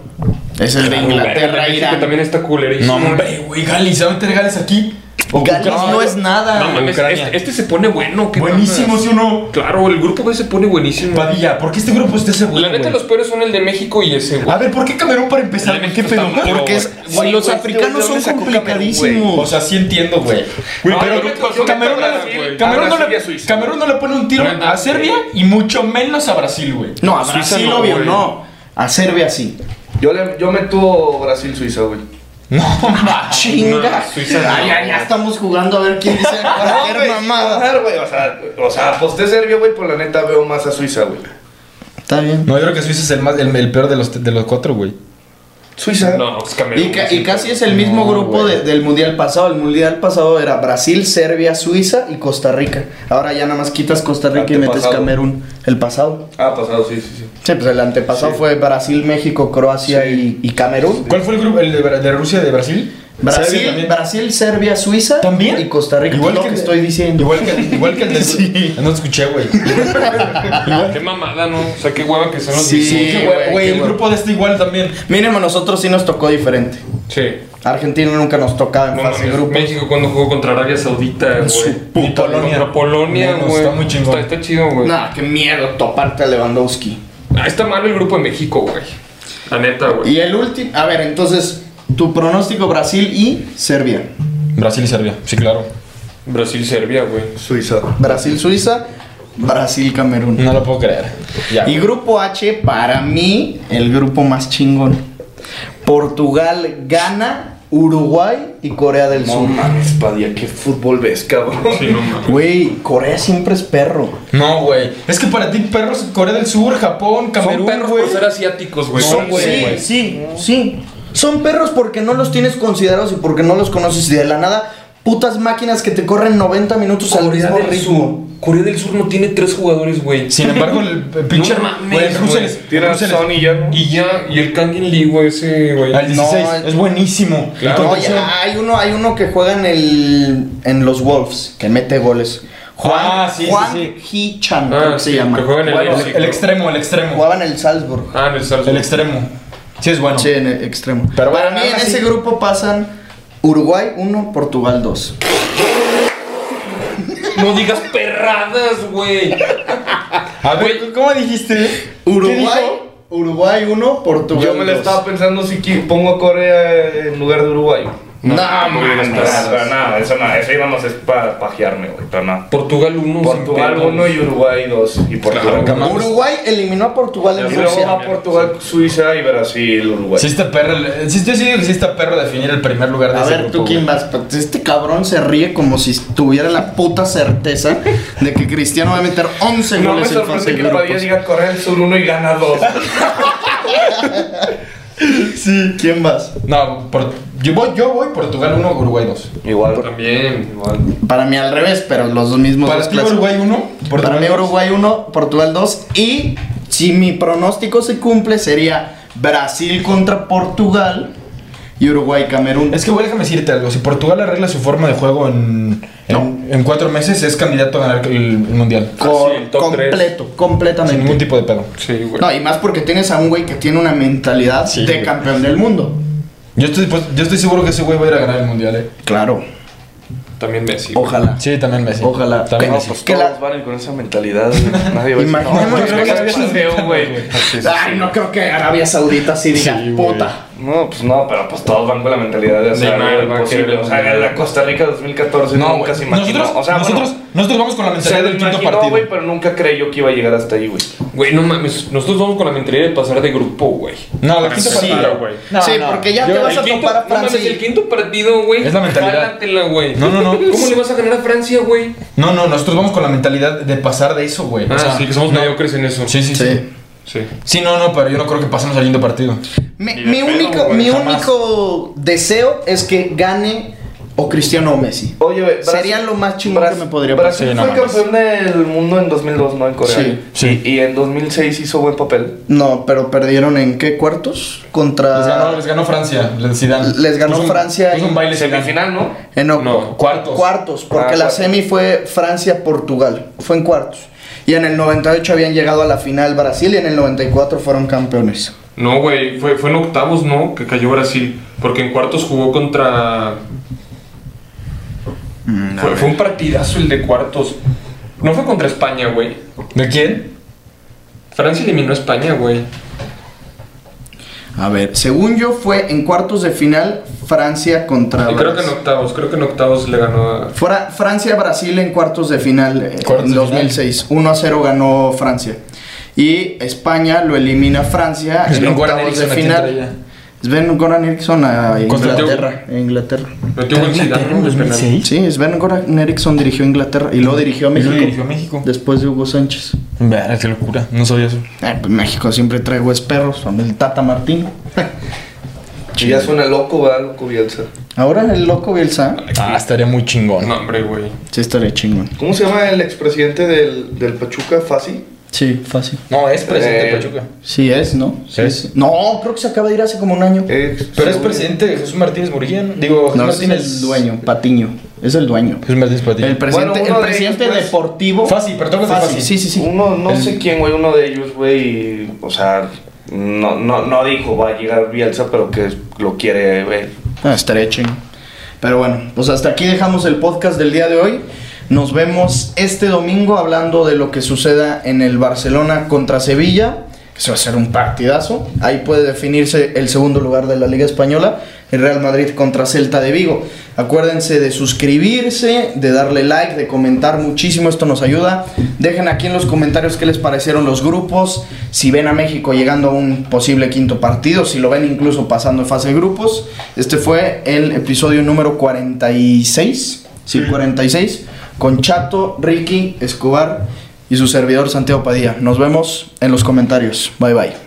Es el de Inglaterra,
México
Irán.
también está culerísimo.
No, hombre, güey, Galis, ¿se va a meter Galis aquí? O
Gales
Ucrania.
no es nada.
No mames,
Ucrania.
este, este se pone bueno. qué
Buenísimo,
mamas.
si uno.
Claro, el grupo B se pone buenísimo.
Padilla, ¿por qué este grupo está ese güey?
La neta,
güey?
los peores son el de México y ese, güey.
A ver, ¿por qué Camerún para empezar?
El de
¿Qué
México
pedo?
está muy
Porque es.
bueno,
Güey, los
güey,
africanos
este güey, ¿de dónde
son
sacó Camerún,
complicadísimos.
O sea, sí entiendo, güey. Güey,
No,
pero
yo creo que
Camerún,
Brasil-
no le-
güey.
Camerún no
Brasil y a
le,
Suiza.
Camerún no le pone un tiro
No, no,
a Serbia y mucho menos a Brasil, güey.
no, a
Suiza
Brasil,
no,
obvio,
güey.
no. A Serbia sí.
Yo, le, yo meto Brasil-Suiza, güey.
*laughs* No, macho.
Chinga.
Suiza no.
Ay, ya, ya estamos jugando a ver quién
*laughs*
dice
No, güey,
cualquier mamada.
ganar, güey, O sea, o sea, aposté Serbia, güey, por la neta veo más a Suiza, güey.
Está bien.
No, yo creo que Suiza es el, más, el, el peor de los, de los cuatro, güey.
Suiza.
No, pues Camerún.
Y, ca-
sí.
y casi es el mismo
No,
grupo
güey.
de- del mundial pasado. El mundial pasado era Brasil, Serbia, Suiza y Costa Rica. Ahora ya nada más quitas Costa Rica y metes
Antepasado.
Camerún. El pasado.
Ah, pasado, sí, sí, sí.
Sí, pues el antepasado
Sí.
fue Brasil, México, Croacia y, y Camerún.
¿Cuál fue el grupo? ¿El de, Bra- de Rusia, de Brasil?
Brasil,
Serbia también.
Brasil, Serbia, Suiza
¿También?
y Costa Rica.
Igual
Lo
que
que
el-
estoy diciendo.
Igual que, el- igual que el
*laughs*
de.
Sí.
No te escuché, güey.
Qué mamada, ¿no? O sea, qué hueva que son los
Sí.
16.
Qué
güey,
güey, güey,
qué
el
güey.
grupo de este igual también.
Mínimo a nosotros sí nos tocó diferente.
Sí.
Argentina nunca nos tocaba en
No
fase de
mames,
grupo.
México cuando jugó contra Arabia Saudita, güey.
su
Ni
puta
Contra Polonia,
Menos,
güey.
está muy chingón.
Está, está chido, güey.
Nah, qué miedo toparte a Lewandowski.
Ah, está mal el grupo de México, güey. La neta, güey.
Y el último, a ver, entonces, tu pronóstico Brasil y Serbia.
Brasil y Serbia, sí, claro.
Brasil-Serbia, güey.
Suiza.
Brasil, Suiza, Brasil, Camerún.
No lo puedo creer. Ya.
Y grupo H, para mí, el grupo más chingón. Portugal, Ghana, Uruguay y Corea del
No
Sur.
mames, Padilla, qué fútbol ves, cabrón.
Sí, no mames.
Güey, Corea siempre es perro.
No, güey. Es que para ti, perros, Corea del Sur, Japón, Camerún.
Son perros
güey.
por ser asiáticos, güey.
Son,
Sí,
güey.
sí, sí. Son perros porque no los tienes considerados y porque no los conoces. Y de la nada, putas máquinas que te corren 90 minutos al
Corea
mismo
del
ritmo.
Sur. Corea del Sur no tiene tres jugadores, güey.
Sin embargo, el pinche.
No mames,
güey, Rusia
güey.
les-
Tiene a
Rusia les-
Sony ya, ¿no?
Y ya, y el Kangin Lee, güey, ese, güey.
Al 16.
No,
es buenísimo.
Claro.
Y
No,
con-
ya, hay uno, hay uno que juega en el en los Wolves, que mete goles. Juan,
Ah, sí, sí,
Juan
sí.
Hee-chan,
Ah,
creo que se
sí,
llama.
que juega en el
Bueno,
AFC.
El extremo, el extremo.
Jugaba en el Salzburg.
Ah, en el Salzburg.
El extremo. Sí, es bueno.
Sí, en el extremo.
Pero bueno,
Para mí
aún
en
así-
ese grupo pasan Uruguay 1, Portugal 2.
No digas perradas, güey.
A ver, ¿cómo dijiste?
Uruguay, Uruguay 1, Portugal 2.
Yo me la estaba pensando si que pongo a Corea en lugar de Uruguay.
No,
mames.
mames.
Ah, Para nada, eso nada, eso íbamos es para pajearme, güey, para nada.
Portugal 1.
Portugal 1 y Uruguay 2. Y Portugal.
Claro,
uno.
Uruguay eliminó a Portugal en
y luego va
Rusia.
Portugal, Suiza y Brasil, Uruguay.
Sí está perro, el- sí, yo sí digo que sí está perro definir el primer lugar de
A
ese
ver,
grupo,
tú quién
güey.
vas. Este cabrón se ríe como si tuviera la puta certeza de que Cristiano va a meter 11
No me
goles en fase
sorprende
de
que todavía
grupos.
diga Corea del Sur 1 y gana 2.
Sí, ¿quién vas?
No, por- yo, voy, yo voy Portugal 1, Uruguay 2.
Igual.
También, igual.
Para mí al revés, pero los dos mismos
Para
dos
ti
clases.
Uruguay 1,
Para mí Uruguay 1, Portugal 2 y si mi pronóstico se cumple sería Brasil contra Portugal y Uruguay Camerún.
Es que güey, déjame decirte algo, si Portugal arregla su forma de juego en, en,
No.
en cuatro meses es candidato a ganar el, el mundial.
Co-
sí, el top
completo,
Sin
completamente.
ningún tipo de pedo.
Sí, güey.
No, y más porque tienes a un güey que tiene una mentalidad
Sí,
de
güey.
campeón del mundo.
Yo estoy, pues, yo estoy seguro que ese güey va a ir a ganar el mundial, eh.
Claro,
También Messi. güey.
ojalá.
Sí, también Messi.
Ojalá.
También
No,
Messi.
pues, Que la- todos
van con esa mentalidad. Nadie
va a decir, Imaginemos no, güey, que-
es paseo, güey.
Ay, no creo que Arabia Saudita sí diga
Sí, güey.
puta.
No, pues no, pero pues todos van con la mentalidad de hacer
Neymar
algo
va a
imposible.
querer-
O sea, la Costa Rica 2014
No,
nunca
güey.
se imaginó.
Nosotros,
o sea, bueno,
nosotros, nosotros vamos con la mentalidad
se lo
del quinto
imaginó,
partido.
güey, pero nunca creyó que iba a llegar hasta ahí, güey.
Güey, no mames. Nosotros vamos con la mentalidad de pasar de grupo, güey.
No, el
Ah,
quinto
sí,
partido.
güey.
No,
sí,
no.
porque ya
Yo-
te vas
El
a
quinto,
topar a
no mames,
Francia. y-
el quinto partido, güey.
Es la mentalidad.
Jálatela, güey.
No, no, no.
¿Cómo le vas a ganar a Francia, güey?
No, no, nosotros vamos con la mentalidad de pasar de eso, güey. O
Ah,
sea,
sí, que somos
no.
mediocres en eso.
Sí, sí, sí.
Sí.
Sí.
Sí, no, no, pero yo no creo que pasemos al lindo partido.
Mi,
Ni de
mi
pedo,
único,
güey,
mi
jamás.
único deseo es que gane o Cristiano o Messi.
Oye, güey, Brasil-
Sería lo más chingón
Brasil-
que me podría
Brasil
Sí, no
fue
mames.
campeón del mundo en 2002, ¿no? En Corea.
Sí,
sí.
Y, y en 2006 hizo buen papel.
No, pero perdieron en qué cuartos contra
Les ganó, les ganó Francia, les Zidane.
Ah. Les ganó
Puso un-
Francia
puso
y-
un baile Zidane.
Semifinal, ¿no?
en o-
No,
cuartos.
Cuartos,
Ah,
porque la
cuartos.
semi fue Francia Portugal, fue en cuartos. Y en el 98 habían llegado a la final Brasil y en el 94 fueron campeones.
No, güey. Fue, fue en octavos, ¿no? Que cayó Brasil. Porque en cuartos jugó contra. fue, fue un partidazo el de cuartos. No fue contra España, güey.
¿De quién?
Francia eliminó a España, güey.
A ver, según yo fue en cuartos de final Francia contra
Y creo que en
Brasil.
octavos, creo que en octavos le ganó a.
Fra- Francia-Brasil en cuartos de final eh,
Cuartos
en
de
2006. 1 a 0 ganó Francia. Y España lo elimina Francia en
Sven Goran
octavos de
Eriksson, ¿a quién traía?
final. Sven Goran Eriksson a
Contra
Inglaterra. Inglaterra.
Metió gol Zidane, ¿no? De penal.
Sí, Sven Goran Eriksson dirigió a Inglaterra y luego dirigió a
Y luego
México.
dirigió a México.
Después de Hugo Sánchez.
Verga, qué locura, no sabía eso.
Eh, pues México siempre trae güeyes perros, son el Tata Martino.
Y ya suena loco, va, loco Bielsa.
Ahora el loco Bielsa.
Ah, estaría muy chingón.
No, hombre, güey.
Sí, estaría chingón.
¿Cómo se llama el expresidente del, del Pachuca? ¿Fasi?
Sí, fácil.
No, es presidente de
Eh,
Pachuca.
Sí es, ¿no?
Sí es.
No, creo que se acaba de ir hace como un año.
Ex-
Pero es
seguro.
presidente de Jesús Martínez Murguía. ¿no? Digo, Jesús
no, es
Martínez.
el dueño, Patiño. Es el dueño.
Jesús Martínez Patiño.
El presidente,
Bueno, uno
el
de
presidente
ellos, pues.
deportivo.
Fácil, pero todos los de
Fácil,
fácil.
Sí, sí, sí.
Uno, no sé quién, güey, uno de ellos, güey, y, o sea, no, no, no dijo va a llegar Bielsa, pero que lo quiere, eh, güey.
Ah, estaría chingón. Pero bueno, pues hasta aquí dejamos el podcast del día de hoy. Nos vemos este domingo hablando de lo que suceda en el Barcelona contra Sevilla. Eso va a ser un partidazo. Ahí puede definirse el segundo lugar de la Liga Española, el Real Madrid contra Celta de Vigo. Acuérdense de suscribirse, de darle like, de comentar muchísimo. Esto nos ayuda. Dejen aquí en los comentarios qué les parecieron los grupos. Si ven a México llegando a un posible quinto partido, si lo ven incluso pasando en fase de grupos. Este fue el episodio número 46. Sí, 46. Con Chato, Ricky, Escobar y su servidor Santiago Padilla. Nos vemos en los comentarios. Bye bye.